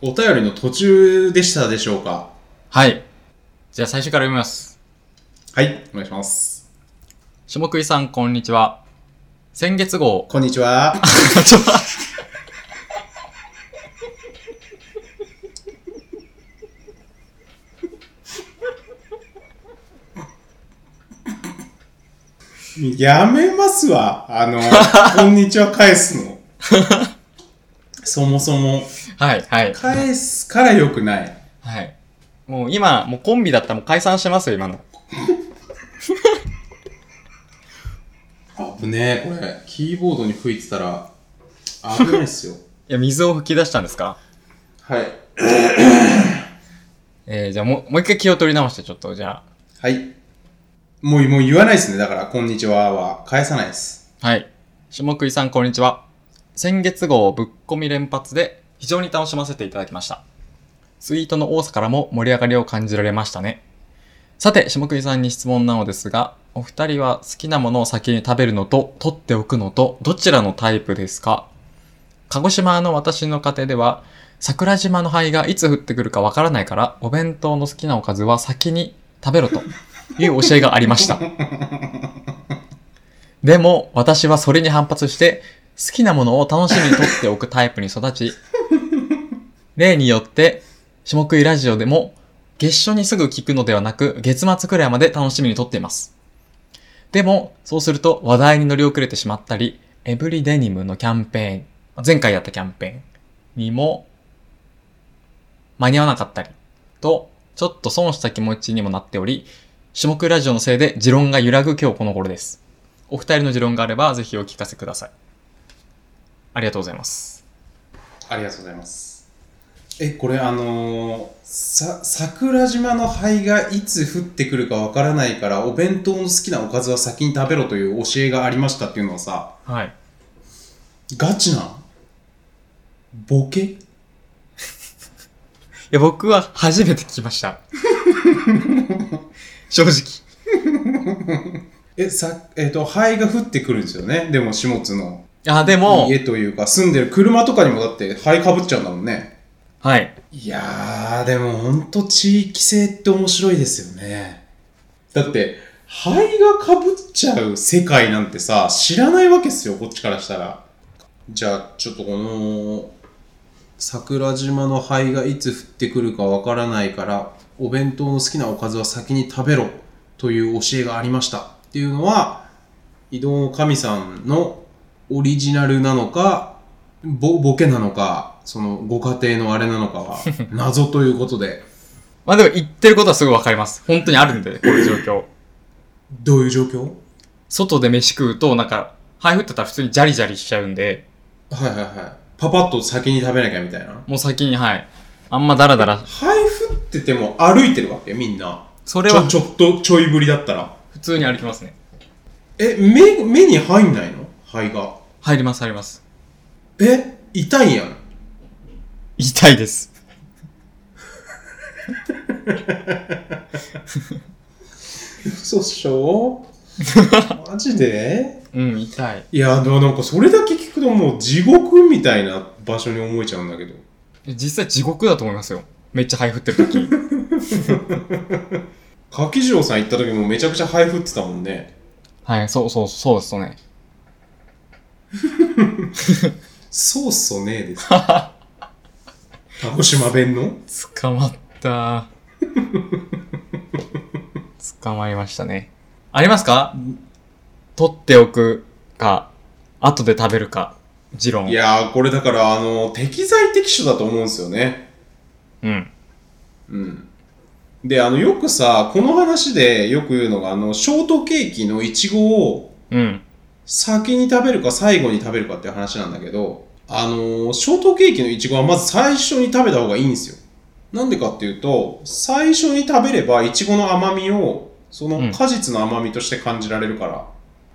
Speaker 2: お便りの途中でしたでしょうか
Speaker 1: はい。じゃあ最初から読みます。
Speaker 2: はい、お願いします。
Speaker 1: 下食いさん、こんにちは。先月 号。
Speaker 2: こんにちは。やめますわ。あ の、こんにちは返すの。そもそも。
Speaker 1: はい、はい。
Speaker 2: 返すから良くない。
Speaker 1: はい。もう今、もうコンビだったらもう解散してますよ、今の。
Speaker 2: 危ねえ、これ。キーボードに吹いてたら、危ないっすよ。
Speaker 1: いや、水を吹き出したんですか
Speaker 2: はい。
Speaker 1: えー、じゃあもう、もう一回気を取り直して、ちょっと、じゃ
Speaker 2: はい。もう、もう言わないっすね。だから、こんにちはは返さないっす。
Speaker 1: あ。はい。下食いさん、こんにちは。先月号ぶっ込み連発で、非常に楽しませていただきました。ツイートの多さからも盛り上がりを感じられましたね。さて、下食いさんに質問なのですが、お二人は好きなものを先に食べるのと、取っておくのと、どちらのタイプですか鹿児島の私の家庭では、桜島の灰がいつ降ってくるかわからないから、お弁当の好きなおかずは先に食べろという教えがありました。でも、私はそれに反発して、好きなものを楽しみにとっておくタイプに育ち、例によって、下食いラジオでも、月初にすぐ聞くのではなく、月末くらいまで楽しみにとっています。でも、そうすると話題に乗り遅れてしまったり、エブリデニムのキャンペーン、前回やったキャンペーンにも、間に合わなかったり、と、ちょっと損した気持ちにもなっており、種目ラジオのせいで持論が揺らぐ今日この頃です。お二人の持論があればぜひお聞かせください。ありがとうございます。
Speaker 2: ありがとうございます。え、これあのーさ、桜島の灰がいつ降ってくるかわからないから、お弁当の好きなおかずは先に食べろという教えがありましたっていうのはさ、
Speaker 1: はい。
Speaker 2: ガチなんボケ
Speaker 1: いや、僕は初めて聞きま した。正直。
Speaker 2: え、さ、えっ、と、灰が降ってくるんですよね。でも、始末の
Speaker 1: あ、でも、
Speaker 2: 家というか、住んでる車とかにもだって灰かぶっちゃうんだもんね。
Speaker 1: はい。
Speaker 2: いやー、でもほんと地域性って面白いですよね。だって、灰がかぶっちゃう世界なんてさ、知らないわけっすよ、こっちからしたら。じゃあ、ちょっとこの、桜島の灰がいつ降ってくるかわからないから、お弁当の好きなおかずは先に食べろという教えがありましたっていうのは、移動の神さんのオリジナルなのか、ボボケなのか、そのご家庭のあれなのか は謎ということで、
Speaker 1: まあでも言ってることはすごいわかります。本当にあるんで、こういう状況。
Speaker 2: どういう状況
Speaker 1: 外で飯食うと、なんか、ハイフってたら普通にジャリジャリしちゃうんで、
Speaker 2: はいはいはい。パパッと先に食べなきゃみたいな。
Speaker 1: もう先に、はい。あんまダラダラ。
Speaker 2: 灰降ってても歩いてるわけみんな。
Speaker 1: それ
Speaker 2: ちょ、
Speaker 1: は
Speaker 2: ちょっと、ちょいぶりだったら。
Speaker 1: 普通に歩きますね。
Speaker 2: え、目、目に入んないの灰が。
Speaker 1: 入ります、入ります。
Speaker 2: え、痛いやん。
Speaker 1: 痛いです。
Speaker 2: 嘘っ しょマジで
Speaker 1: うん、痛い。
Speaker 2: いや、でもなんかそれだけ聞くともう地獄みたいな場所に思えちゃうんだけど。
Speaker 1: 実際地獄だと思いますよ。めっちゃハイフってる 時。
Speaker 2: 柿城さん行った時もめちゃくちゃ配布ってたもんね。
Speaker 1: はい、そうそう、そうですね。
Speaker 2: そうっそねえ です。鹿児島弁の
Speaker 1: 捕まった。捕まりましたね。ありますか取っておくか、後で食べるか、持論。
Speaker 2: いやー、これだから、あの、適材適所だと思うんですよね。
Speaker 1: うん。
Speaker 2: うん。で、あの、よくさ、この話でよく言うのが、あの、ショートケーキのイチゴを、
Speaker 1: うん。
Speaker 2: 先に食べるか最後に食べるかっていう話なんだけど、あのーショートケーキのイチゴはまず最初に食べた方がいいんですよ。なんでかっていうと、最初に食べればイチゴの甘みを、その果実の甘みとして感じられるから。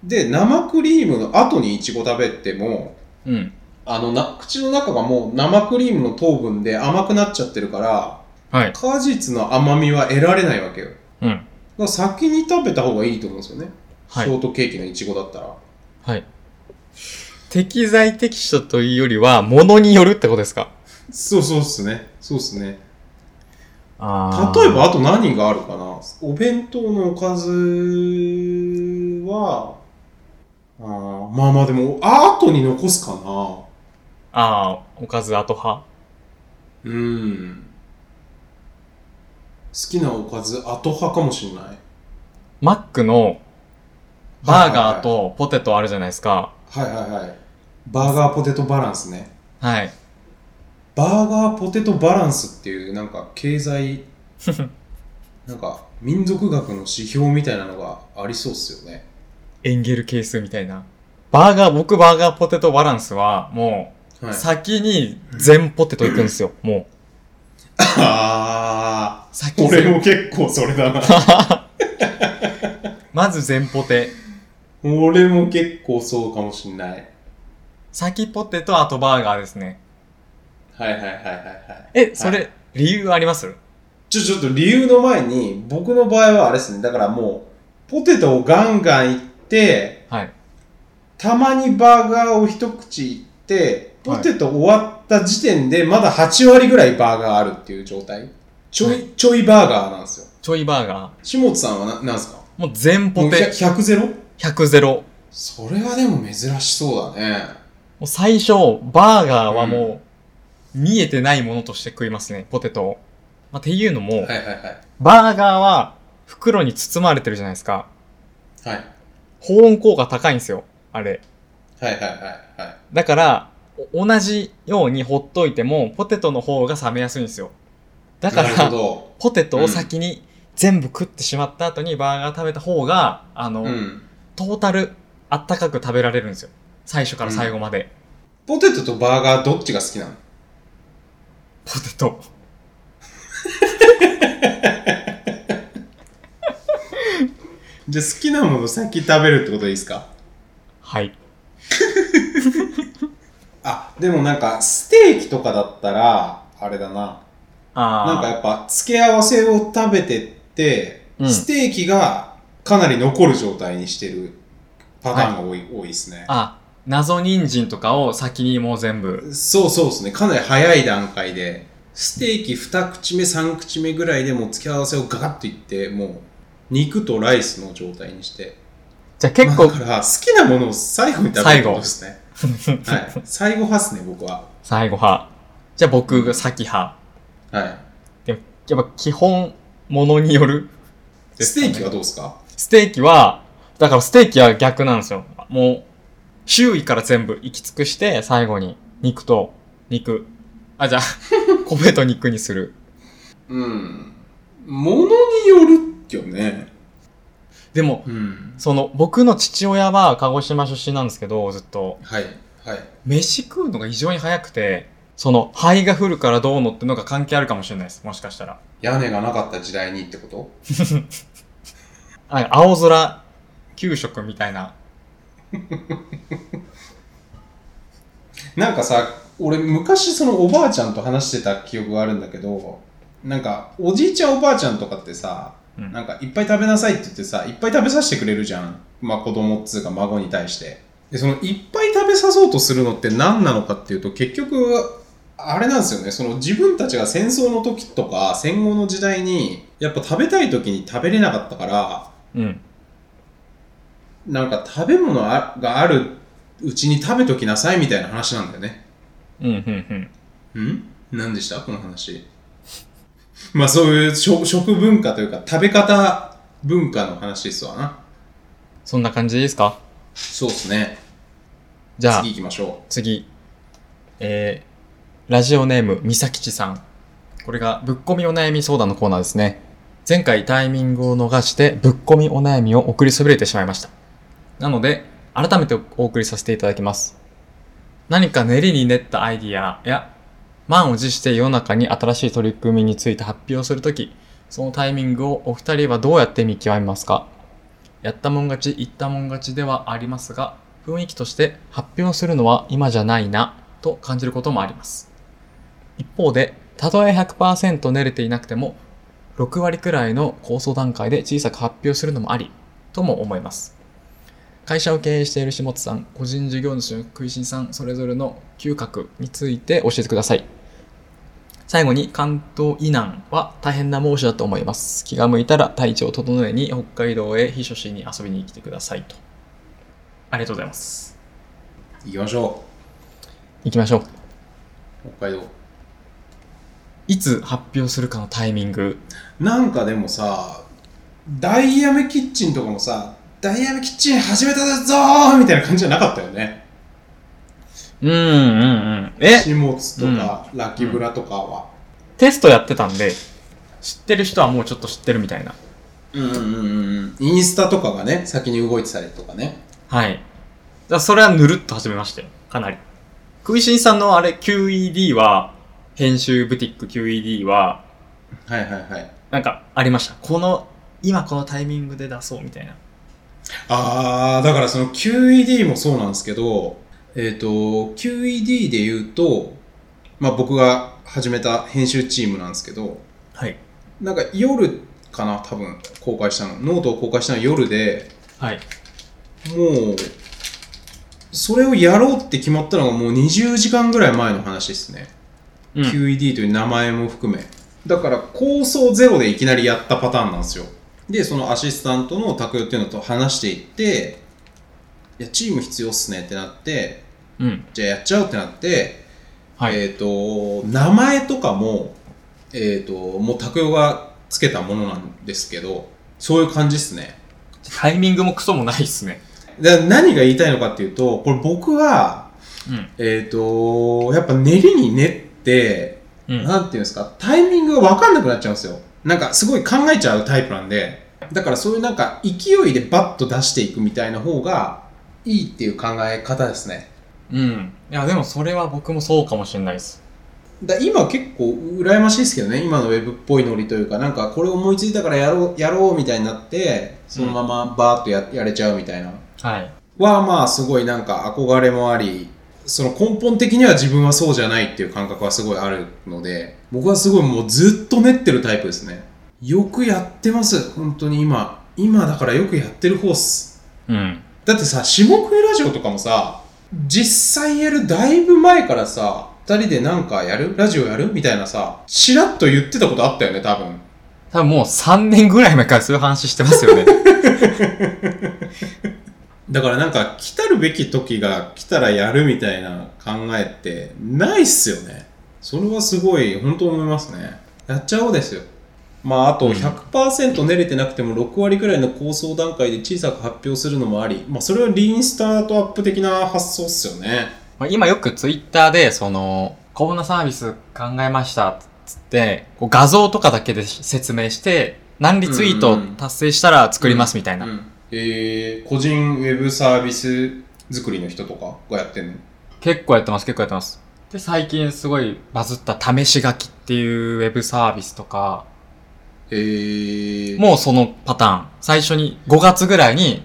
Speaker 2: で、生クリームの後にイチゴ食べても、
Speaker 1: うん。
Speaker 2: あのな、口の中がもう生クリームの糖分で甘くなっちゃってるから、
Speaker 1: はい。
Speaker 2: 果実の甘みは得られないわけよ。だか
Speaker 1: うん。
Speaker 2: ら先に食べた方がいいと思うんですよね。
Speaker 1: はい
Speaker 2: ショートケーキのイチゴだったら。
Speaker 1: はい。適材適所というよりは、物によるってことですか
Speaker 2: そうそうっすね。そうっすね。
Speaker 1: あ
Speaker 2: 例えば、あと何があるかなお弁当のおかずは、あーまあまあでも、アートに残すかな
Speaker 1: ああ、おかず後派
Speaker 2: うん。好きなおかず、後派かもしれない。
Speaker 1: マックのバーガーとポテトあるじゃないですか。
Speaker 2: はいはいはい。バーガーポテトバランスね。
Speaker 1: はい。
Speaker 2: バーガーポテトバランスっていう、なんか経 済、なんか民族学の指標みたいなのがありそうっすよね。
Speaker 1: エンゲル係数みたいな。バーガー、僕バーガーポテトバランスは、も
Speaker 2: は
Speaker 1: う、
Speaker 2: い。
Speaker 1: 先に全ポテトいくんですよ。もう。
Speaker 2: あ
Speaker 1: 先
Speaker 2: ー、
Speaker 1: に
Speaker 2: 俺
Speaker 1: 全。
Speaker 2: も結構それだな。
Speaker 1: まず全ポテ。
Speaker 2: 俺も結構そうかもしんない。
Speaker 1: 先ポテト、あとバーガーですね。
Speaker 2: はいはいはいはいはい。
Speaker 1: え、それ、理由あります
Speaker 2: ちょ、ちょっと理由の前に、僕の場合はあれですね、だからもう、ポテトをガンガンいって、
Speaker 1: はい。
Speaker 2: たまにバーガーを一口いって、ポテト終わった時点でまだ8割ぐらいバーガーあるっていう状態。ちょい、
Speaker 1: はい
Speaker 2: ちょいバーガーなんですよ。
Speaker 1: ちょいバーガー。
Speaker 2: 下津さんはな、なんですか
Speaker 1: もう全
Speaker 2: も
Speaker 1: ポ
Speaker 2: う
Speaker 1: テ、
Speaker 2: 100ゼロ
Speaker 1: 100ゼロ。
Speaker 2: それはでも珍しそうだね
Speaker 1: もう最初、バーガーはもう、見えてないものとして食いますね、ポテトを。まあ、っていうのも、
Speaker 2: はいはいはい
Speaker 1: バーガーは袋に包まれてるじゃないですか。
Speaker 2: はい
Speaker 1: 保温効果高いんですよ、あれ。
Speaker 2: はいはいはいはい
Speaker 1: だから、お同じようにほっといても、ポテトの方が冷めやすいんですよ。だか
Speaker 2: なる
Speaker 1: ら
Speaker 2: ほ、ど
Speaker 1: ポテトを先に全部食ってしまった後にバーガー食べた方が、あの、
Speaker 2: うん
Speaker 1: トータルあったかく食べられるんですよ。最初から最後まで。
Speaker 2: ポテトとバーガーどっちが好きなの
Speaker 1: ポテト。
Speaker 2: じゃあ好きなもの先食べるってことでいいですか
Speaker 1: はい。
Speaker 2: あでもなんかステーキとかだったらあれだな
Speaker 1: あー
Speaker 2: なんかやっぱ付け合わせを食べてって、
Speaker 1: うん
Speaker 2: ステーキがかなり残る状態にしてるパターンが多い,、多いですね
Speaker 1: あ、謎人参とかを先にもう全部。
Speaker 2: そうそうですねかなり早い段階でステーキ2口目3口目ぐらいでもう付け合わせをガガッといってもう肉とライスの状態にして
Speaker 1: じゃあ結構
Speaker 2: まあ、だから好きなものを最後に食べるってことですねはい、最後派っすね僕は
Speaker 1: 最後派。じゃあ僕が先派。
Speaker 2: は
Speaker 1: でも、やっぱ基本、ものによる、
Speaker 2: いステーキはどうですか
Speaker 1: ステーキは、だからステーキは逆なんですよ。もう、周囲から全部行き尽くして、最後に肉と肉。あ、じゃあ、米と肉にする。
Speaker 2: うんものによるよね
Speaker 1: でも、
Speaker 2: うん
Speaker 1: その、僕の父親は鹿児島出身なんですけど、ずっと。
Speaker 2: はいはい
Speaker 1: 飯食うのが異常に早くて、その、肺が降るからどうのってのが関係あるかもしれないです。もしかしたら。
Speaker 2: 屋根がなかった時代にってこと
Speaker 1: あ青空、給食みたいな。
Speaker 2: なんかさ俺昔そのおばあちゃんと話してた記憶があるんだけどなんかおじいちゃんおばあちゃんとかってさ
Speaker 1: うん
Speaker 2: なんかいっぱい食べなさいって言ってさいっぱい食べさせてくれるじゃんまあ子供っつうか孫に対してでそのいっぱい食べさそうとするのって何なのかっていうと結局あれなんですよねその自分たちが戦争の時とか戦後の時代にやっぱ食べたい時に食べれなかったから
Speaker 1: うん。
Speaker 2: なんか食べ物あがあるうちに食べときなさいみたいな話なんだよね
Speaker 1: うん、うん、うん。
Speaker 2: ん何でしたこの話まあそういう食食文化というか食べ方文化の話ですわな
Speaker 1: そんな感じでいいですか
Speaker 2: そうっすね
Speaker 1: じゃあ
Speaker 2: 次行、きましょ
Speaker 1: 次。えー、ラジオネーム、みさきちさん。これが、ぶっこみお悩み相談のコーナーですね。前回タイミングを逃して、ぶっこみお悩みを送りそびれてしまいました。なので、改めてお送りさせていただきます。何か練りに練ったアイディアや、満を持して世の中に新しい取り組みについて発表するとき、そのタイミングをお二人はどうやって見極めますかやったもん勝ち、言ったもん勝ちではありますが、雰囲気として発表するのは今じゃないなと感じることもあります。一方で、たとえ100%練れていなくても、6割くらいの構想段階で小さく発表するのもあり、とも思います。会社を経営している下津さん、個人事業主の食いしんさん、それぞれの嗅覚について教えてください。最後に関東以南は大変な猛暑だと思います。気が向いたら体調を整えに北海道へ避暑しに遊びに来てくださいと。ありがとうございます。
Speaker 2: う行きましょ
Speaker 1: 行きましょう。
Speaker 2: う北海道
Speaker 1: いつ発表するかのタイミング。
Speaker 2: なんかでもさダイヤメキッチンとかもさダイヤメキッチン始めたぞーみたいな感じじゃなかったよね
Speaker 1: うんうんうん。え、
Speaker 2: 始末とか、ラキブラとかは
Speaker 1: テストやってたんで、知ってる人はもうちょっと知ってるみたいな。
Speaker 2: うんうんうんうんインスタとかがね先に動いてたりとかね
Speaker 1: はい。だからそれはぬるっと始めましたよ。かなり。食いしんさんのあれ QED は、編集ブティック QED は、
Speaker 2: はいはいはい
Speaker 1: なんかありました。この、今このタイミングで出そうみたいな。
Speaker 2: あーだからその QED もそうなんですけど、えっと QED で言うと、まあ、僕が始めた編集チームなんですけど
Speaker 1: はい。
Speaker 2: なんか夜かな多分公開したのノートを公開したのは夜で
Speaker 1: はい。
Speaker 2: もうそれをやろうって決まったのがもう20時間ぐらい前の話ですね、
Speaker 1: うん
Speaker 2: QED という名前も含めだから構想ゼロでいきなりやったパターンなんですよでそのアシスタントの拓代っていうのと話していっていやチーム必要っすねってなって
Speaker 1: うん。
Speaker 2: じゃあやっちゃおうってなって、
Speaker 1: はい。
Speaker 2: えっ、と名前とかもえっ、ともう拓代がつけたものなんですけどそういう感じっすね
Speaker 1: タイミングもクソもないっすね。
Speaker 2: で何が言いたいのかっていうとこれ僕は
Speaker 1: うん。
Speaker 2: えっ、とやっぱ練りに練って
Speaker 1: うん。
Speaker 2: なんていうんですか、タイミングが分かんなくなっちゃうんですよ。なんかすごい考えちゃうタイプなんで、だからそういうなんか勢いでバッと出していくみたいな方がいいっていう考え方ですね。
Speaker 1: うん。いや、でもそれは僕もそうかもしれないです。
Speaker 2: だ今結構羨ましいですけどね、今のウェブっぽいノリというか、なんかこれ思いついたからやろう、やろうみたいになって、そのままバーッとややれちゃうみたいな。
Speaker 1: はい。
Speaker 2: はまあすごいなんか憧れもあり、その根本的には自分はそうじゃないっていう感覚はすごいあるので、僕はすごいもうずっと練ってるタイプですね。よくやってます、本当に今。今だからよくやってる方っす。
Speaker 1: うん。
Speaker 2: だってさ、下食いラジオとかもさ、実際やるだいぶ前からさ、二人でなんかやるラジオやるみたいなさ、しらっと言ってたことあったよね、多分。
Speaker 1: 多分もう3年ぐらい前からそういう話してますよ ね。
Speaker 2: だからなんか来たるべき時が来たらやるみたいな考えってないっすよねそれはすごい本当思いますねやっちゃおうですよまああと
Speaker 1: うん
Speaker 2: 100%練れてなくても6割くらいの構想段階で小さく発表するのもあり、まあ、それはリーンスタートアップ的な発想っすよね
Speaker 1: まあ今よくツイッターで、その、こんなサービス考えましたっつって、こう画像とかだけで説明して、何リツイート達成したら作りますみたいな。
Speaker 2: うんえー個人ウェブサービス作りの人とかがやってんの
Speaker 1: 結構やってます、結構やってます。で、最近すごいバズった試し書きっていうウェブサービスとか、
Speaker 2: えー、
Speaker 1: もうそのパターン。最初に5月ぐらいに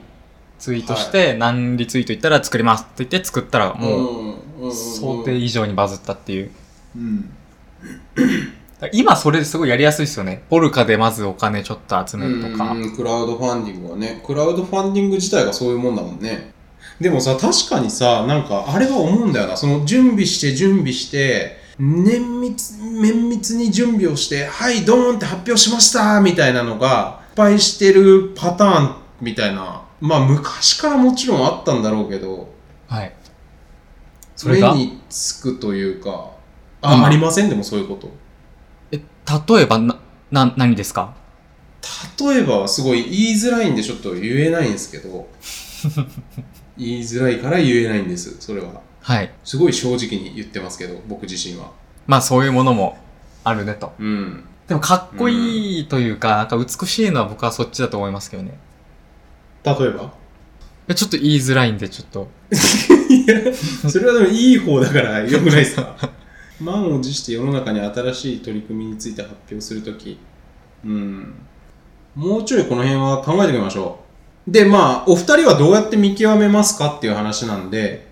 Speaker 1: ツイートして、何リツイートいったら作りますって言って作ったら、も
Speaker 2: うん
Speaker 1: う想定以上にバズったっていう。
Speaker 2: うん
Speaker 1: だから今それすごいやりやすいですよね。ポルカでまずお金ちょっと集めるとか。
Speaker 2: うんクラウドファンディングはねクラウドファンディング自体がそういうもんだもんねでもさ確かにさなんかあれは思うんだよなその準備して準備して綿密綿密に準備をしてはいドーンって発表しましたみたいなのが失敗してるパターンみたいなまあ昔からもちろんあったんだろうけど
Speaker 1: はい。そ
Speaker 2: 目
Speaker 1: れが
Speaker 2: につくというかあ、
Speaker 1: うん
Speaker 2: ありませんでもそういうこと
Speaker 1: え、例えばな、な、何ですか
Speaker 2: 例えばはすごい言いづらいんでちょっと言えないんですけ ど言いづらいから言えないんですそれは
Speaker 1: はい。
Speaker 2: すごい正直に言ってますけど僕自身は
Speaker 1: まあそういうものもあるねと。
Speaker 2: うん
Speaker 1: でもかっこいいというか、なんか美しいのは僕はそっちだと思いますけどね。
Speaker 2: 例えば
Speaker 1: えちょっと言いづらいんで、ちょっと。
Speaker 2: いやそれはでもいい方だからよくないで すか満を持して世の中に新しい取り組みについて発表するときうんもうちょいこの辺は考えておきましょうでまあお二人はどうやって見極めますかっていう話なんで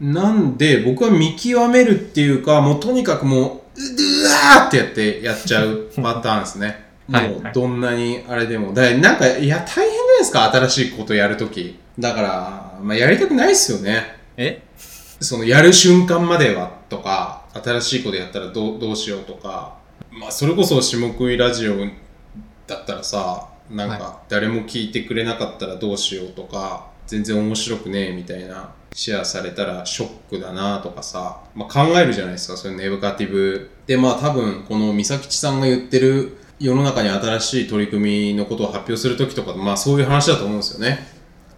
Speaker 2: なんで僕は見極めるっていうかもうとにかくもうううわーってやってやっち ゃうパターンですね
Speaker 1: はい
Speaker 2: もうどんなにあれでもだなんかいや大変じゃないですか新しいことやるときだから、まあ、やりたくないですよね
Speaker 1: え
Speaker 2: そのやる瞬間まではとか新しいことやったらどうどうしようとか、まあ、それこそ下食いラジオだったらさなんか誰も聞いてくれなかったらどうしようとか全然面白くねえみたいなシェアされたらショックだなとかさ、まあ、考えるじゃないですかそういうネブカティブでまあ多分この美咲ちさんが言ってる世の中に新しい取り組みのことを発表するときとかまあそういう話だと思うんですよね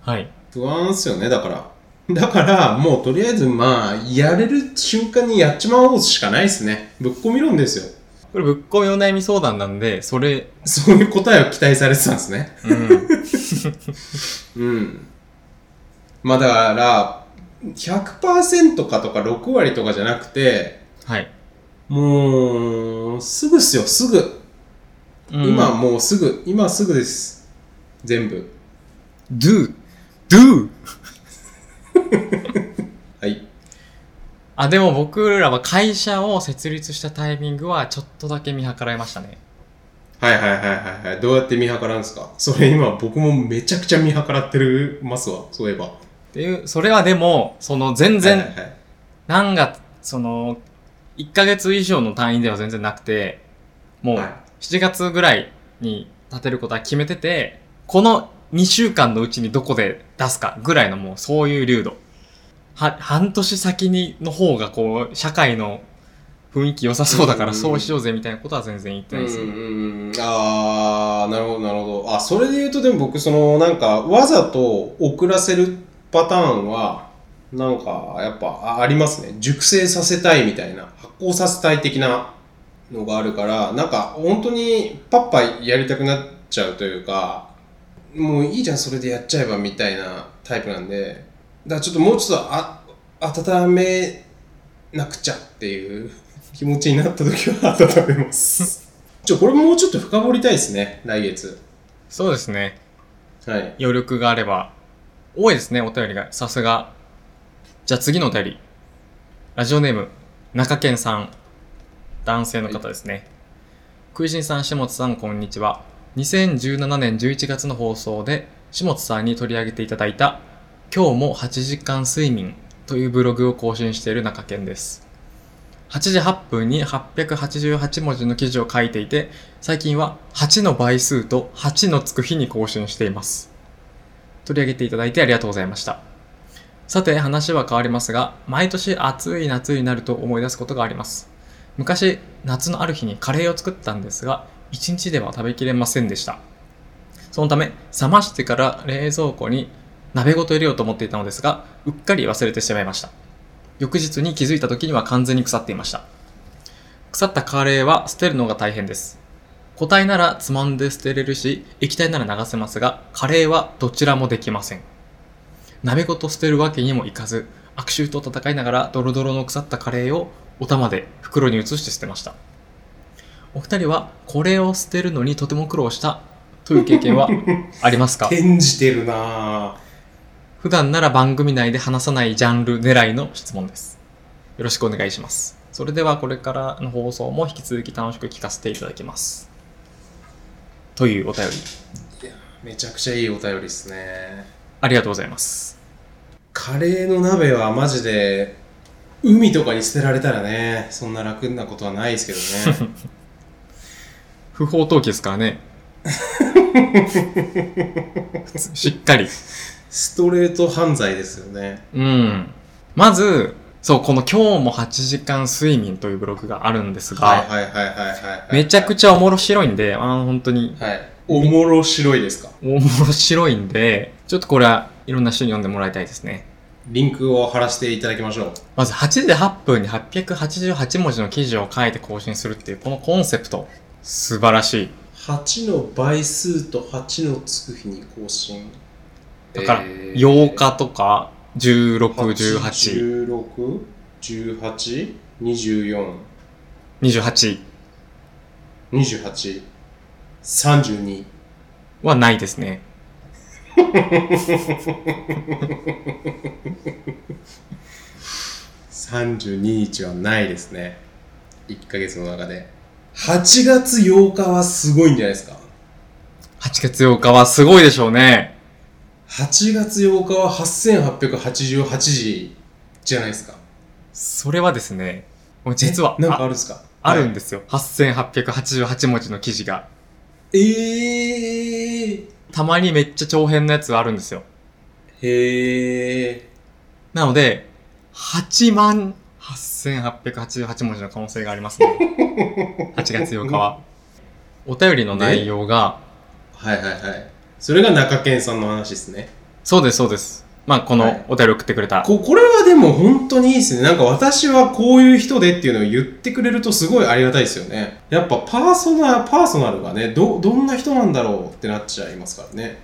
Speaker 1: はい。
Speaker 2: 不安っすよねだからだからもうとりあえずまあやれる瞬間にやっちまおうしかないですねぶっ込み論ですよ
Speaker 1: これ、ぶっこみお悩み相談なんで、それ、
Speaker 2: そういう答えを期待されてたんですね
Speaker 1: うん。
Speaker 2: うんまあだから100%かとか6割とかじゃなくて
Speaker 1: はい。
Speaker 2: もうすぐっすよすぐ、
Speaker 1: うん
Speaker 2: 今、もうすぐ今すぐです全部
Speaker 1: do, do!
Speaker 2: はい
Speaker 1: あ、でも僕らは会社を設立したタイミングはちょっとだけ見計らいましたね。
Speaker 2: はいはいはいはいはいどうやって見計らうんですかそれ今僕もめちゃくちゃ見計らってるますわそういえば
Speaker 1: っていう、それはでも、その全
Speaker 2: はい
Speaker 1: 然、
Speaker 2: はいはい
Speaker 1: 何月、その、1ヶ月以上の単位では全然なくて、もう
Speaker 2: はい
Speaker 1: 7月ぐらいに立てることは決めてて、この2週間のうちにどこで出すかぐらいのもうそういう流度。は、半年先にの方がこう、社会の雰囲気良さそうだか
Speaker 2: う
Speaker 1: ら
Speaker 2: ん
Speaker 1: そうしようぜみたいなことは全然言って
Speaker 2: う
Speaker 1: なんいうですね。
Speaker 2: んうんああなるほどなるほどあそれで言うとでも僕そのなんかわざと遅らせるパターンはなんかやっぱあありますね熟成させたいみたいな発酵させたい的なのがあるからなんか本当にパッパやりたくなっちゃうというかもういいじゃんそれでやっちゃえばみたいなタイプなんでだからちょっともうちょっとあ温めなくちゃっていう気持ちになった時は温めます。ちょ、これもうちょっと深掘りたいですね、来月。
Speaker 1: そうですね。
Speaker 2: はい。
Speaker 1: 余力があれば。多いですね、お便りが。さすが。じゃあ次のお便り。ラジオネーム、中健さん。男性の方ですね。食いしんさん、下津さん、こんにちは。2017年11月の放送で、下津さんに取り上げていただいた、今日も8時間睡眠というブログを更新している中健です。8時8分に888文字の記事を書いていて、最近は8の倍数と8のつく日に更新しています。取り上げていただいてありがとうございました。さて話は変わりますが、毎年暑い夏になると思い出すことがあります。昔、夏のある日にカレーを作ったんですが、1日では食べきれませんでした。そのため、冷ましてから冷蔵庫に鍋ごと入れようと思っていたのですが、うっかり忘れてしまいました。翌日に気づいた時には完全に腐っていました。腐ったカレーは捨てるのが大変です。固体ならつまんで捨てれるし液体なら流せますがカレーはどちらもできません鍋ごと捨てるわけにもいかず悪臭と戦いながらドロドロの腐ったカレーをお玉で袋に移して捨てましたお二人はこれを捨てるのにとても苦労したという経験はあります か
Speaker 2: 転じてるなぁ
Speaker 1: 普段なら番組内で話さないジャンル狙いの質問です。よろしくお願いします。それではこれからの放送も引き続き楽しく聞かせていただきます。というお便り、
Speaker 2: めちゃくちゃいいお便りですね。
Speaker 1: ありがとうございます。
Speaker 2: カレーの鍋はマジで、海とかに捨てられたらね、そんな楽なことはないです けどね。
Speaker 1: 不法投棄ですからね。 しっかり。
Speaker 2: ストレート犯罪ですよね。
Speaker 1: うん。まず、そう、この今日も8時間睡眠というブログがあるんですが、
Speaker 2: はいはいはいはいはい、はい。
Speaker 1: めちゃく
Speaker 2: ち
Speaker 1: ちゃおもろしろいんで、あの本当に
Speaker 2: ゃ。はい。おもろ白いですか
Speaker 1: 面白いんで、ちょっとこれはいろんな人に読んでもらいたいですね。
Speaker 2: リンクを貼らせていただきましょう。
Speaker 1: まず8時8分に888文字の記事を書いて更新するっていうこのコンセプト、素晴らしい。
Speaker 2: 8の倍数と8のつく日に更新。
Speaker 1: だから
Speaker 2: えー
Speaker 1: 8日とか16、18、
Speaker 2: 16、18、24、
Speaker 1: 28
Speaker 2: 28、32。
Speaker 1: はないですね。
Speaker 2: 32日はないですね。1ヶ月の中で。8月8日はすごいんじゃないですか。
Speaker 1: 8月8日はすごいでしょうね。
Speaker 2: 8月8日は8888時じゃないですか。
Speaker 1: それはですね、もう実は
Speaker 2: なんかあ
Speaker 1: あ
Speaker 2: るんですか
Speaker 1: あるん
Speaker 2: で。
Speaker 1: ですよ。8888文字の記事が。
Speaker 2: えー。
Speaker 1: たまにめっちゃ長編のやつがあるんですよ。
Speaker 2: へー。
Speaker 1: なので、8万8888文字の可能性がありますね。8月8日は。 お便りの内容が、
Speaker 2: はいはいはい。それが中堅さんの話ですね。
Speaker 1: そうです、そうです。まあ、こ
Speaker 2: はい
Speaker 1: のお便り送ってくれた。
Speaker 2: ここれはでも本当にいいですね。なんか私はこういう人でっていうのを言ってくれるとすごいありがたいですよね。やっぱパーソナル、パーソナルがね、ど、どんな人なんだろうってなっちゃいますからね。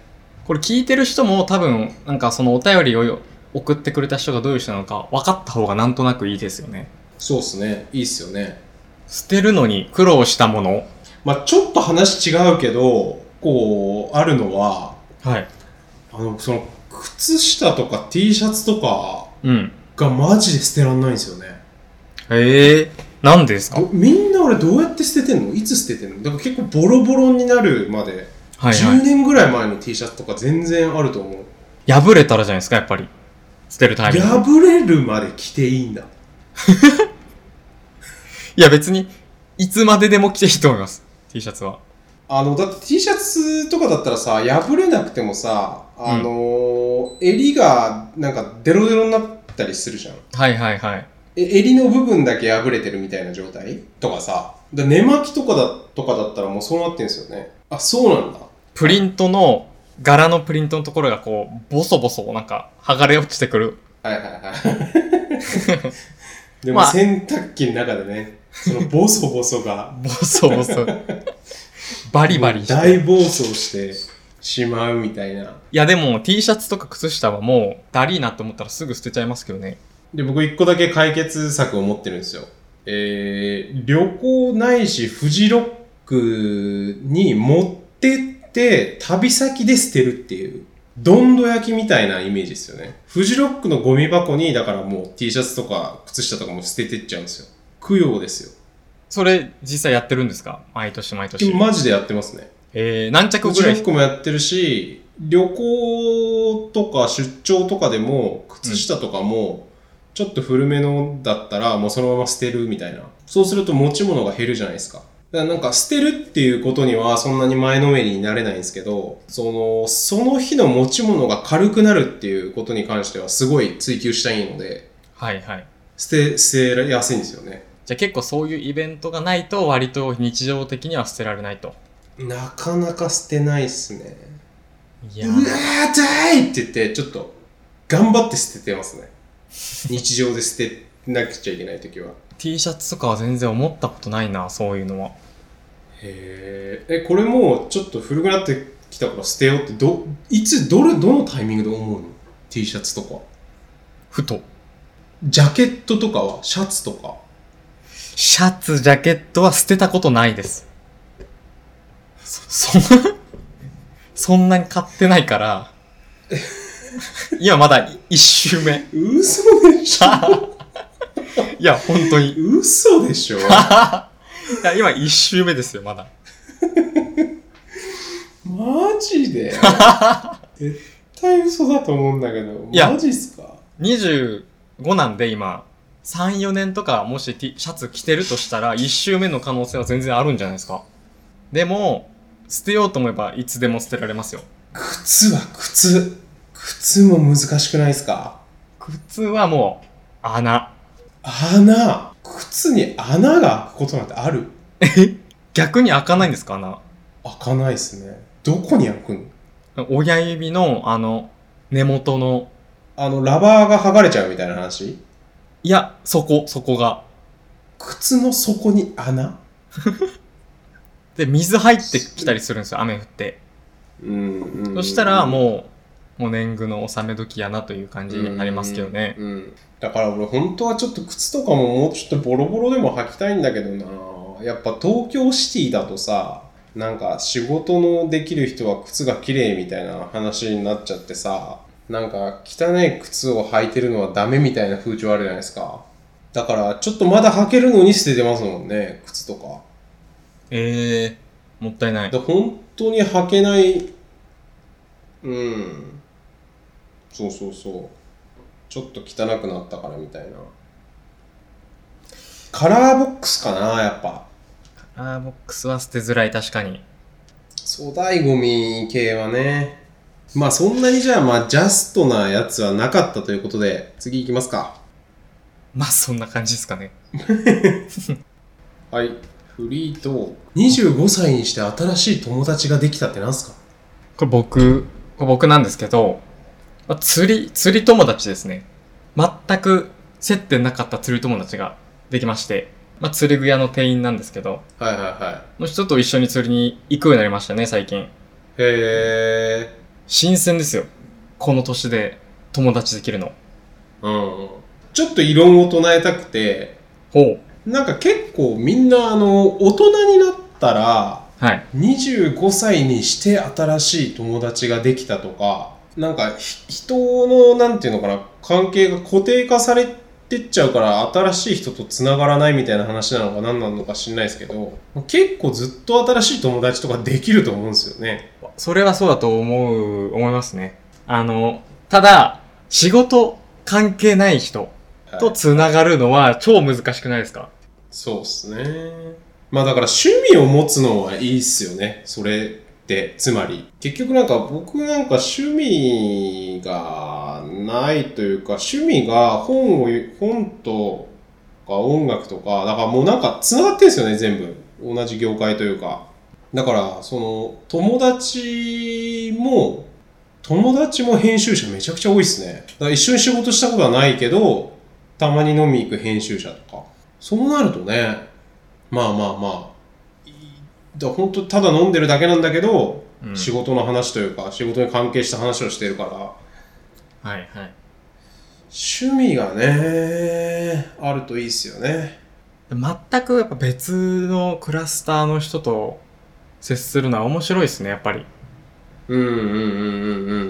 Speaker 1: これ聞いてる人も多分、なんかそのお便りを送ってくれた人がどういう人なのか分かった方がなんとなくいいですよね。
Speaker 2: そうですね。いいっすよね。
Speaker 1: 捨てるのに苦労したもの。
Speaker 2: まあちょっと話違うけど、こう、あるのは、
Speaker 1: はい。
Speaker 2: あの、その、靴下とか T シャツとか
Speaker 1: うん。
Speaker 2: がマジで捨てらんないんですよね。
Speaker 1: へえー、なんでですか
Speaker 2: どみんな俺どうやって捨ててんのいつ捨ててんのだから結構ボロボロになるまで、
Speaker 1: はい
Speaker 2: 10年ぐらい前の T シャツとか全然あると思う。
Speaker 1: い。破れたらじゃないですか、やっぱり。捨てるタイミング。
Speaker 2: 破れるまで着ていいんだ
Speaker 1: いや別に、いつまででも着ていいと思います。T シャツは。
Speaker 2: あの、だって T シャツとかだったらさ、破れなくてもさ、あのー襟がなんかデロデロになったりするじゃん。
Speaker 1: はいはいはい。
Speaker 2: え襟の部分だけ破れてるみたいな状態とかさ。だ寝巻きとかだ、とかだったらもうそうなってんですよね。あ、そうなんだ。
Speaker 1: プリントの、柄のプリントのところがこう、ボソボソ、なんか、剥がれ落ちてくる。
Speaker 2: はいはいはい。でも
Speaker 1: まあ
Speaker 2: 洗濯機の中でね、そのボソボソが
Speaker 1: ボソボソ。 バリバリして。
Speaker 2: 大暴走してしまうみたいな。
Speaker 1: いやでも T シャツとか靴下はもうダリーなって思ったらすぐ捨てちゃいますけどね。
Speaker 2: で、僕一個だけ解決策を持ってるんですよ。えー、旅行ないし、フジロックに持ってって、旅先で捨てるっていう。どんど焼きみたいなイメージですよね。フジロックのゴミ箱に、だからもう T シャツとか靴下とかも捨ててっちゃうんですよ。供養ですよ。
Speaker 1: それ実際やってるんですか毎年毎年。
Speaker 2: 今マジでやってますね。
Speaker 1: えー、何着
Speaker 2: フ
Speaker 1: ぐ
Speaker 2: ジ
Speaker 1: ら
Speaker 2: ロ
Speaker 1: い
Speaker 2: ックもやってるし、旅行とか出張とかでも、靴下とかも、ちょっと古めのだったら、もうそのまま捨てるみたいな。そうすると持ち物が減るじゃないですか。だからなんか捨てるっていうことにはそんなに前のめりになれないんですけど、その、その日の持ち物が軽くなるっていうことに関してはすごい追求したいので、
Speaker 1: はいはい。
Speaker 2: 捨て、捨てやすいんですよね。
Speaker 1: じゃあ結構そういうイベントがないと割と日常的には捨てられないと。
Speaker 2: なかなか捨てないっすね。
Speaker 1: いうや
Speaker 2: わ
Speaker 1: ー
Speaker 2: ー痛いって言って、ちょっと、頑張って捨ててますね。日常で捨てなくちゃいけないときは。
Speaker 1: T シャツとかは全然思ったことないな、そういうのは。
Speaker 2: へえ、え、これもうちょっと古くなってきたから捨てようって、ど、いつ、どれ、どのタイミングで思うの ?T シャツとか。
Speaker 1: ふと。
Speaker 2: ジャケットとかはシャツとか。
Speaker 1: シャツ、ジャケットは捨てたことないです。そ、 そんな、そんなに買ってないから、今まだ一周目。
Speaker 2: 嘘でしょ
Speaker 1: いや、本当に。い
Speaker 2: 嘘でしょ
Speaker 1: や、今一周目ですよ、まだ。
Speaker 2: マジで絶対嘘だと思うんだけど。
Speaker 1: いや
Speaker 2: マジっすか
Speaker 1: 25なんで今、3、4年とか、もし T シャツ着てるとしたら、一周目の可能性は全然あるんじゃないですか。でも、捨てようと思えばいつでも捨てられますよ。
Speaker 2: 靴は靴。靴も難しくないですか
Speaker 1: 靴はもう、穴。
Speaker 2: 穴靴に穴が開くことなんてある
Speaker 1: 逆に開かないんですか、穴。
Speaker 2: 開かないですね。どこに開くの
Speaker 1: 親指の、あの、根元の、
Speaker 2: あの、ラバーが剥がれちゃうみたいな話
Speaker 1: いや、そこ、そこが。
Speaker 2: 靴の底に穴
Speaker 1: で、水入ってきたりするんですよ、雨降って。
Speaker 2: うん、うん
Speaker 1: そしたら、もう、もう年貢の納め時やなという感じになりますけどね。
Speaker 2: うん。うんだから俺、本当はちょっと靴とかももうちょっとボロボロでも履きたいんだけどなやっぱ東京シティだとさ、なんか仕事のできる人は靴が綺麗みたいな話になっちゃってさ、なんか汚い靴を履いてるのはダメみたいな風潮あるじゃないですか。だから、ちょっとまだ履けるのに捨ててますもんね、靴とか。
Speaker 1: ええもったいない
Speaker 2: で。本当に履けないうんそうそうそうちょっと汚くなったからみたいなカラーボックスかなやっぱ
Speaker 1: あーボックスは捨てづらい、確かに。
Speaker 2: 粗大ゴミ系はねまあそんなにじゃあまあジャストなやつはなかったということで次いきますか
Speaker 1: まあ、そんな感じですかね。
Speaker 2: はいフリートーク25歳にして新しい友達ができたってなんすか
Speaker 1: これ僕、これ僕なんですけど、まあ釣り、釣り友達ですね。全く接点なかった釣り友達ができまして、まあ、釣り具屋の店員なんですけど、
Speaker 2: はいはいは
Speaker 1: もう人と一緒に釣りに行くようになりましたね、最近。
Speaker 2: いへえ
Speaker 1: 新鮮ですよ。この年で友達できるの。
Speaker 2: うんちょっと異論を唱えたくて
Speaker 1: ほう。
Speaker 2: なんか結構みんなあの大人になったら
Speaker 1: はい。
Speaker 2: 25歳にして新しい友達ができたとかなんかひ人のなんていうのかな関係が固定化されてっちゃうから新しい人とつながらないみたいな話なのか何なのか知んないですけど結構ずっと新しい友達とかできると思うんですよね。
Speaker 1: それはそうだと思う、思いますね。あの、ただ、仕事関係ない人
Speaker 2: はい
Speaker 1: とつながるのは超難しくないですか
Speaker 2: そうっすね。まあだから趣味を持つのはいいっすよね。それって。つまり。結局なんか僕なんか趣味がないというか、趣味が本を、本とか音楽とか、だからもうなんか繋がってんすよね、全部。同じ業界というか。だから、その、友達も、友達も編集者めちゃくちゃ多いっすね。だから一緒に仕事したことはないけど、たまに飲み行く編集者とか。そうなるとね、まあまあまあいだ本当ただ飲んでるだけなんだけど、
Speaker 1: うん
Speaker 2: 仕事の話というか仕事に関係した話をしてるから
Speaker 1: はいはい。
Speaker 2: 趣味がねあるといいっすよね
Speaker 1: 全くやっぱ別のクラスターの人と接するのは面白いですね、やっぱり。
Speaker 2: うんうんうんうんう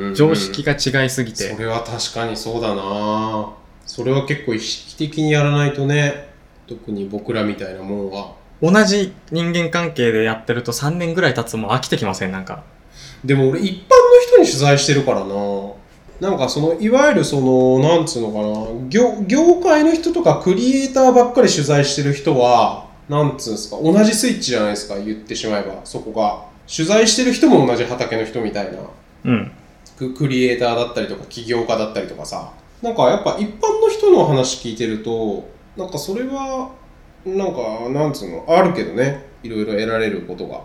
Speaker 2: んうん
Speaker 1: 常識が違いすぎて。
Speaker 2: それは確かにそうだなそれは結構意識的にやらないとね特に僕らみたいなもんは
Speaker 1: 同じ人間関係でやってると3年ぐらい経つともう飽きてきませんなんか
Speaker 2: でも俺一般の人に取材してるからななんかそのいわゆるそのなんつうのかな業業界の人とかクリエイターばっかり取材してる人はなんつうんですか同じスイッチじゃないですか言ってしまえばそこが取材してる人も同じ畑の人みたいな
Speaker 1: うん
Speaker 2: ククリエイターだったりとか起業家だったりとかさなんかやっぱ一般の人の話聞いてるとなんかそれはなんかなんつうのあるけどねいろいろ得られることが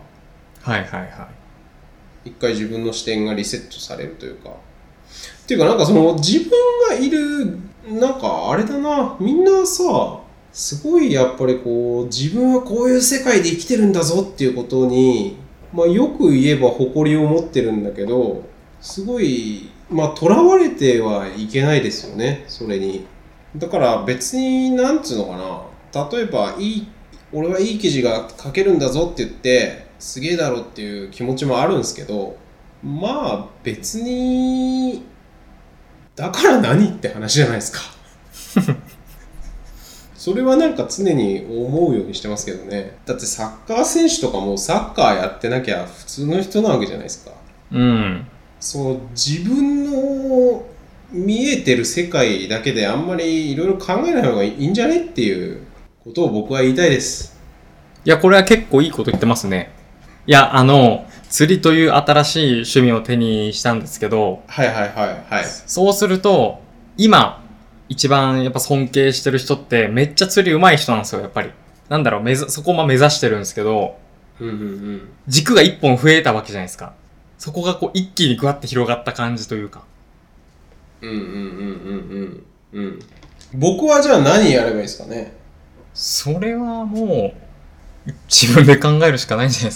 Speaker 1: はいはいは
Speaker 2: 一回自分の視点がリセットされるというかっていうかなんかその自分がいるなんかあれだなみんなさすごいやっぱりこう自分はこういう世界で生きてるんだぞっていうことに、まあ、よく言えば誇りを持ってるんだけどすごいまあとらわれてはいけないですよねそれにだから別になんつうのかな例えばいい俺はいい記事が書けるんだぞって言ってすげえだろっていう気持ちもあるんですけどまあ別にだから何って話じゃないですかそれはなんか常に思うようにしてますけどねだってサッカー選手とかもサッカーやってなきゃ普通の人なわけじゃないですか
Speaker 1: いうん
Speaker 2: その自分の見えてる世界だけであんまりいろいろ考えない方がいいんじゃねっていうことを僕は言いたいです
Speaker 1: いやこれは結構いいこと言ってますねいやあの釣りという新しい趣味を手にしたんですけど
Speaker 2: はいはいはいはい
Speaker 1: そうすると今一番やっぱ尊敬してる人ってめっちゃ釣り上手い人なんですよやっぱりなんだろう目ざそこも目指してるんですけど
Speaker 2: うんうんうん
Speaker 1: 軸が一本増えたわけじゃないですかそこがこう一気にグワッて広がった感じというか
Speaker 2: うんうんうんうんうんうん僕はじゃあ何やればいいですかね
Speaker 1: それはもう自分で考えるしかないんじゃな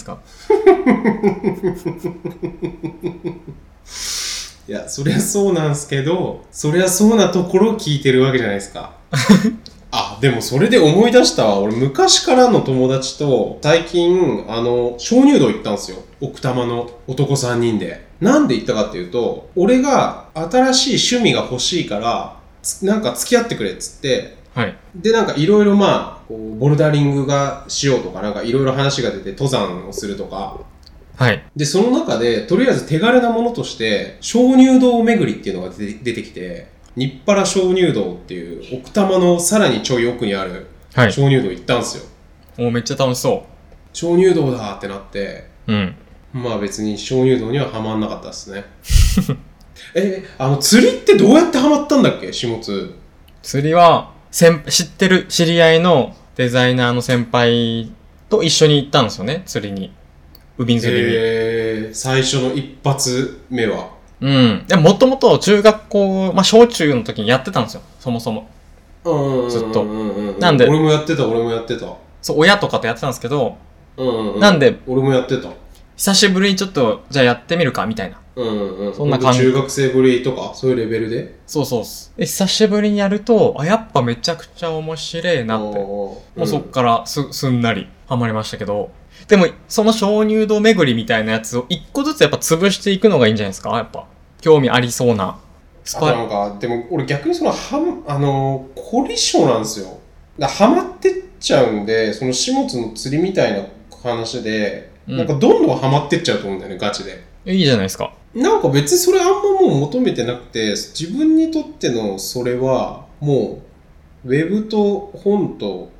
Speaker 1: いですか
Speaker 2: いやそりゃそうなんすけどそりゃそうなところを聞いてるわけじゃないですか あでもそれで思い出したわ俺昔からの友達と最近あの鍾乳洞行ったんですよ奥多摩の男3人でなんで行ったかっていうと俺が新しい趣味が欲しいからつなんか付き合ってくれっつって
Speaker 1: はい
Speaker 2: でなんかいろいろまあこうボルダリングがしようとかなんかいろいろ話が出て登山をするとか
Speaker 1: はい
Speaker 2: でその中でとりあえず手軽なものとして鍾乳洞巡りっていうのが出て出てきて日原鍾乳洞っていう奥多摩のさらにちょい奥にある
Speaker 1: はい
Speaker 2: 鍾乳洞行ったんですよ
Speaker 1: もうめっちゃ楽しそ
Speaker 2: 鍾乳洞だーってなって
Speaker 1: う。うん。
Speaker 2: まあ別に鍾乳洞にはハマんなかったです ねえあの釣りってどうやってハマったんだっけ下津
Speaker 1: 釣りは、先知ってる知り合いのデザイナーの先輩と一緒に行ったんですよね、釣りに。海釣りに。
Speaker 2: えー、最初の一発目は
Speaker 1: うん。でもともと中学校、まあ小中の時にやってたんですよ、そもそも。ずっと
Speaker 2: と
Speaker 1: なんで
Speaker 2: 俺もやってた俺もやってた、
Speaker 1: そう、親とかとやってたんですけど、
Speaker 2: うんうんうん、
Speaker 1: なんで
Speaker 2: 俺もやってた
Speaker 1: 久しぶりにちょっと、じゃあやってみるか、みたいな。
Speaker 2: うんうん、
Speaker 1: そんな感じ
Speaker 2: 中学生ぶりとか、そういうレベルで。
Speaker 1: そうそうっす。で、久しぶりにやると、あ、やっぱめちゃくちゃ面白いなって。
Speaker 2: も
Speaker 1: もうそっからす、すんなりハマりましたけど。でも、その鍾乳洞巡りみたいなやつを一個ずつやっぱ潰していくのがいいんじゃないですかやっぱ。興味ありそうな。ス
Speaker 2: あとな
Speaker 1: パ
Speaker 2: んか、でも俺逆にその、はん、あのー、凝り性なんですよ。だハマってっちゃうんで、その始末の釣りみたいな話で、
Speaker 1: うん
Speaker 2: なんかどんどんハマってっちゃうと思うんだよね、ガチで。
Speaker 1: いいじゃないですか。
Speaker 2: なんか別にそれあんまもう求めてなくて、自分にとってのそれは、もう、ウェブと本と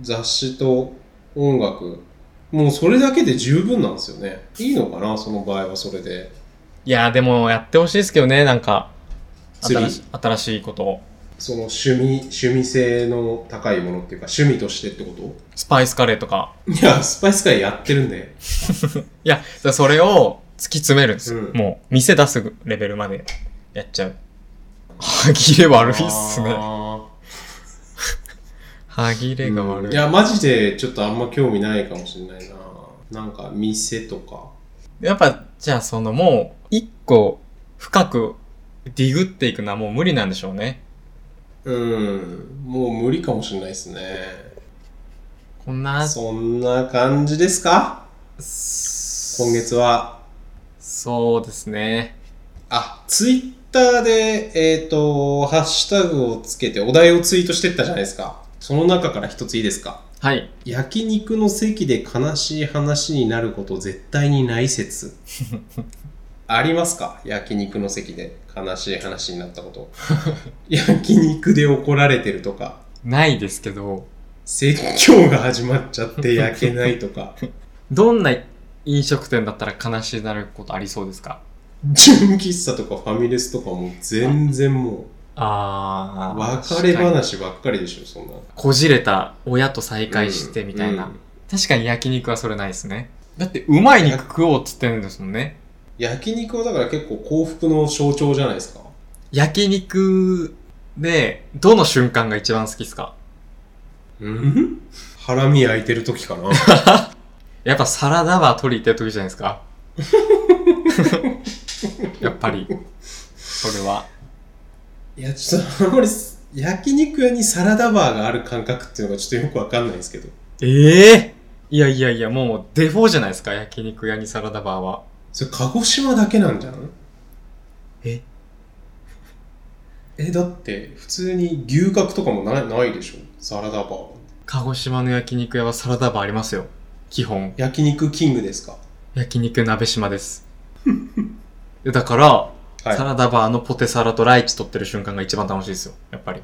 Speaker 2: 雑誌と音音楽もうそれだけで十分なんですよねいいのかなその場合はそれで
Speaker 1: いやーでもやってほしいですけどねなんか
Speaker 2: 釣り
Speaker 1: 新し新しいことを
Speaker 2: その趣味趣味性の高いものっていうか趣味としてってこ
Speaker 1: スパイスカレーとか
Speaker 2: といやスパイスカレーやってるんで
Speaker 1: いやだからそれを突き詰めるんですよ、
Speaker 2: うん
Speaker 1: もう店出すレベルまでやっちゃう歯切れ悪いっすね
Speaker 2: あ
Speaker 1: 歯切
Speaker 2: ー
Speaker 1: れが悪い、
Speaker 2: いやマジでちょっとあんま興味ないかもしれないななんか店とか
Speaker 1: やっぱじゃあそのもう一個深くディグっていくのはもう無理なんでしょうね
Speaker 2: うんもう無理かもしれないですね
Speaker 1: こんな
Speaker 2: そんな感じですか今
Speaker 1: 今
Speaker 2: 月は
Speaker 1: そうですね
Speaker 2: あ、ツイッターで、えっ、と、ハッシュタグをつけてお題をツイートしてったじゃないですか。その中から一ついいですか
Speaker 1: はい
Speaker 2: 焼肉の席で悲しい話になること絶対にない説。ありますか焼肉の席で悲しい話になったこと。 焼肉で怒られてるとか、
Speaker 1: ないですけど
Speaker 2: 説教が始まっちゃって焼けないとか、
Speaker 1: どんな飲食店だったら悲しいなることありそうですか
Speaker 2: 純喫茶とかファミレスとかもう全然も
Speaker 1: あ
Speaker 2: う、
Speaker 1: あ
Speaker 2: 別れ話ばっかりでしょ、そんな。
Speaker 1: こじれた親と再会してみたいな、
Speaker 2: うんうん
Speaker 1: 確かに焼肉はそれないですねだってうまい肉食おうっつってるんですもんね
Speaker 2: 焼肉はだから結構幸福の象徴じゃないですか
Speaker 1: 焼肉でどの瞬間が一番好きですか
Speaker 2: うんハラミ焼いてる時 かな
Speaker 1: やっぱサラダバー取り行った時じゃないですか やっぱりそれはい
Speaker 2: やちょっとあんまり焼肉屋にサラダバーがある感覚っていうのがちょっとよくわかんないんですけど
Speaker 1: ええいやいやいやもうデフォじゃないですか焼肉屋にサラダバーは
Speaker 2: それ鹿児島だけなんじゃん
Speaker 1: え
Speaker 2: えだって普通に牛角とかもないないでしょサラダバー
Speaker 1: 鹿児島の焼肉屋はサラダバーありますよ基本
Speaker 2: 焼肉キングですか
Speaker 1: 焼肉鍋島です いやだから
Speaker 2: はい
Speaker 1: サラダバーのポテサラとライチ取ってる瞬間が一番楽しいですよ、やっぱり。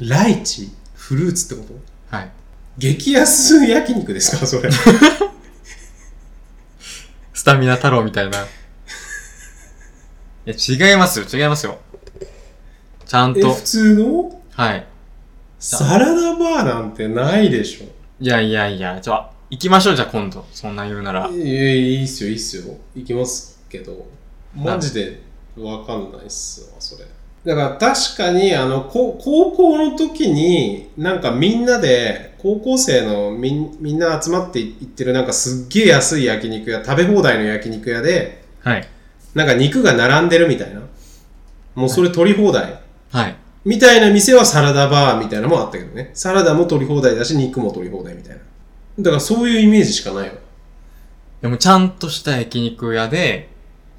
Speaker 2: ライチフルーツってこと
Speaker 1: はい。
Speaker 2: 激安焼肉ですかそれ
Speaker 1: スタミナ太郎みた いな。いや、違いますよ、違いますよ。ちゃん
Speaker 2: え
Speaker 1: と
Speaker 2: 普、通の
Speaker 1: はい。
Speaker 2: サラダバーなんてないでしょ
Speaker 1: いやいやいや、じゃあ、行きましょう、じゃあ今度。そんなん言うなら。
Speaker 2: いやいいっすよいいっすよ行きますけどマジでわかんないっすわそれだから確かにあのこ高校の時になんかみんなで高校生のみんみんな集まって行ってるなんかすっげえ安い焼肉屋食べ放題の焼肉屋で
Speaker 1: はい。
Speaker 2: なんか肉が並んでるみたいなもうそれ取り放題、
Speaker 1: はい。
Speaker 2: みたいな店はサラダバーみたいなのもあったけどねサラダも取り放題だし肉も取り放題みたいなだからそういうイメージしかないわ
Speaker 1: でも、ちゃんとした焼肉屋で、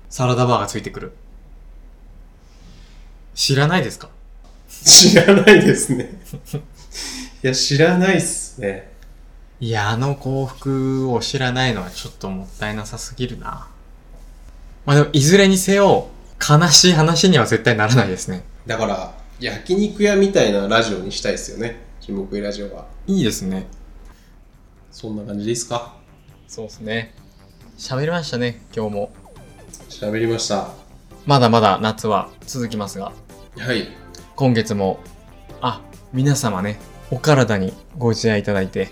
Speaker 1: サラダバーがついてくる。知らないですか
Speaker 2: 知らないですね。 いや、知らないっすね。
Speaker 1: いや、あの幸福を知らないのはちょっともったいなさすぎるな。まあでも、いずれにせよ、悲しい話には絶対ならないですね。
Speaker 2: だから、焼肉屋みたいなラジオにしたいっすよね。キモクイラジオは。
Speaker 1: いいですね。
Speaker 2: そんな感じでいいっすか
Speaker 1: そうですね。喋りましたね、今日も。
Speaker 2: 喋りました。は
Speaker 1: まだまだ夏は続きますが、
Speaker 2: い。
Speaker 1: 今月も、あ、皆様ね、お体にご自愛いただいて、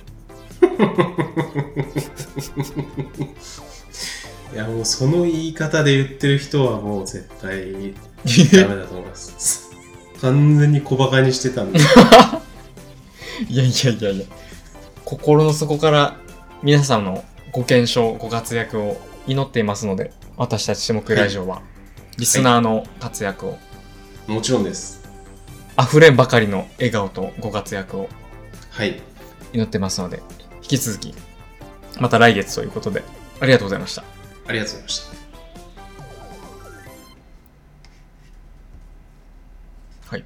Speaker 2: いや、もうその言い方で言ってる人はもう絶対ダメだと思い ます。完全に小馬鹿にしてたんで。
Speaker 1: いやいやいやいや心の底から皆さんのご健勝ご活躍を祈っていますので私たち下クラジオはリスナーの活躍を、
Speaker 2: もちろんです。
Speaker 1: 溢れんばかりの笑顔とご活躍を
Speaker 2: はい。
Speaker 1: 祈ってますので引き続きまた来月ということでありがとうございました
Speaker 2: ありがとうございました。
Speaker 1: はい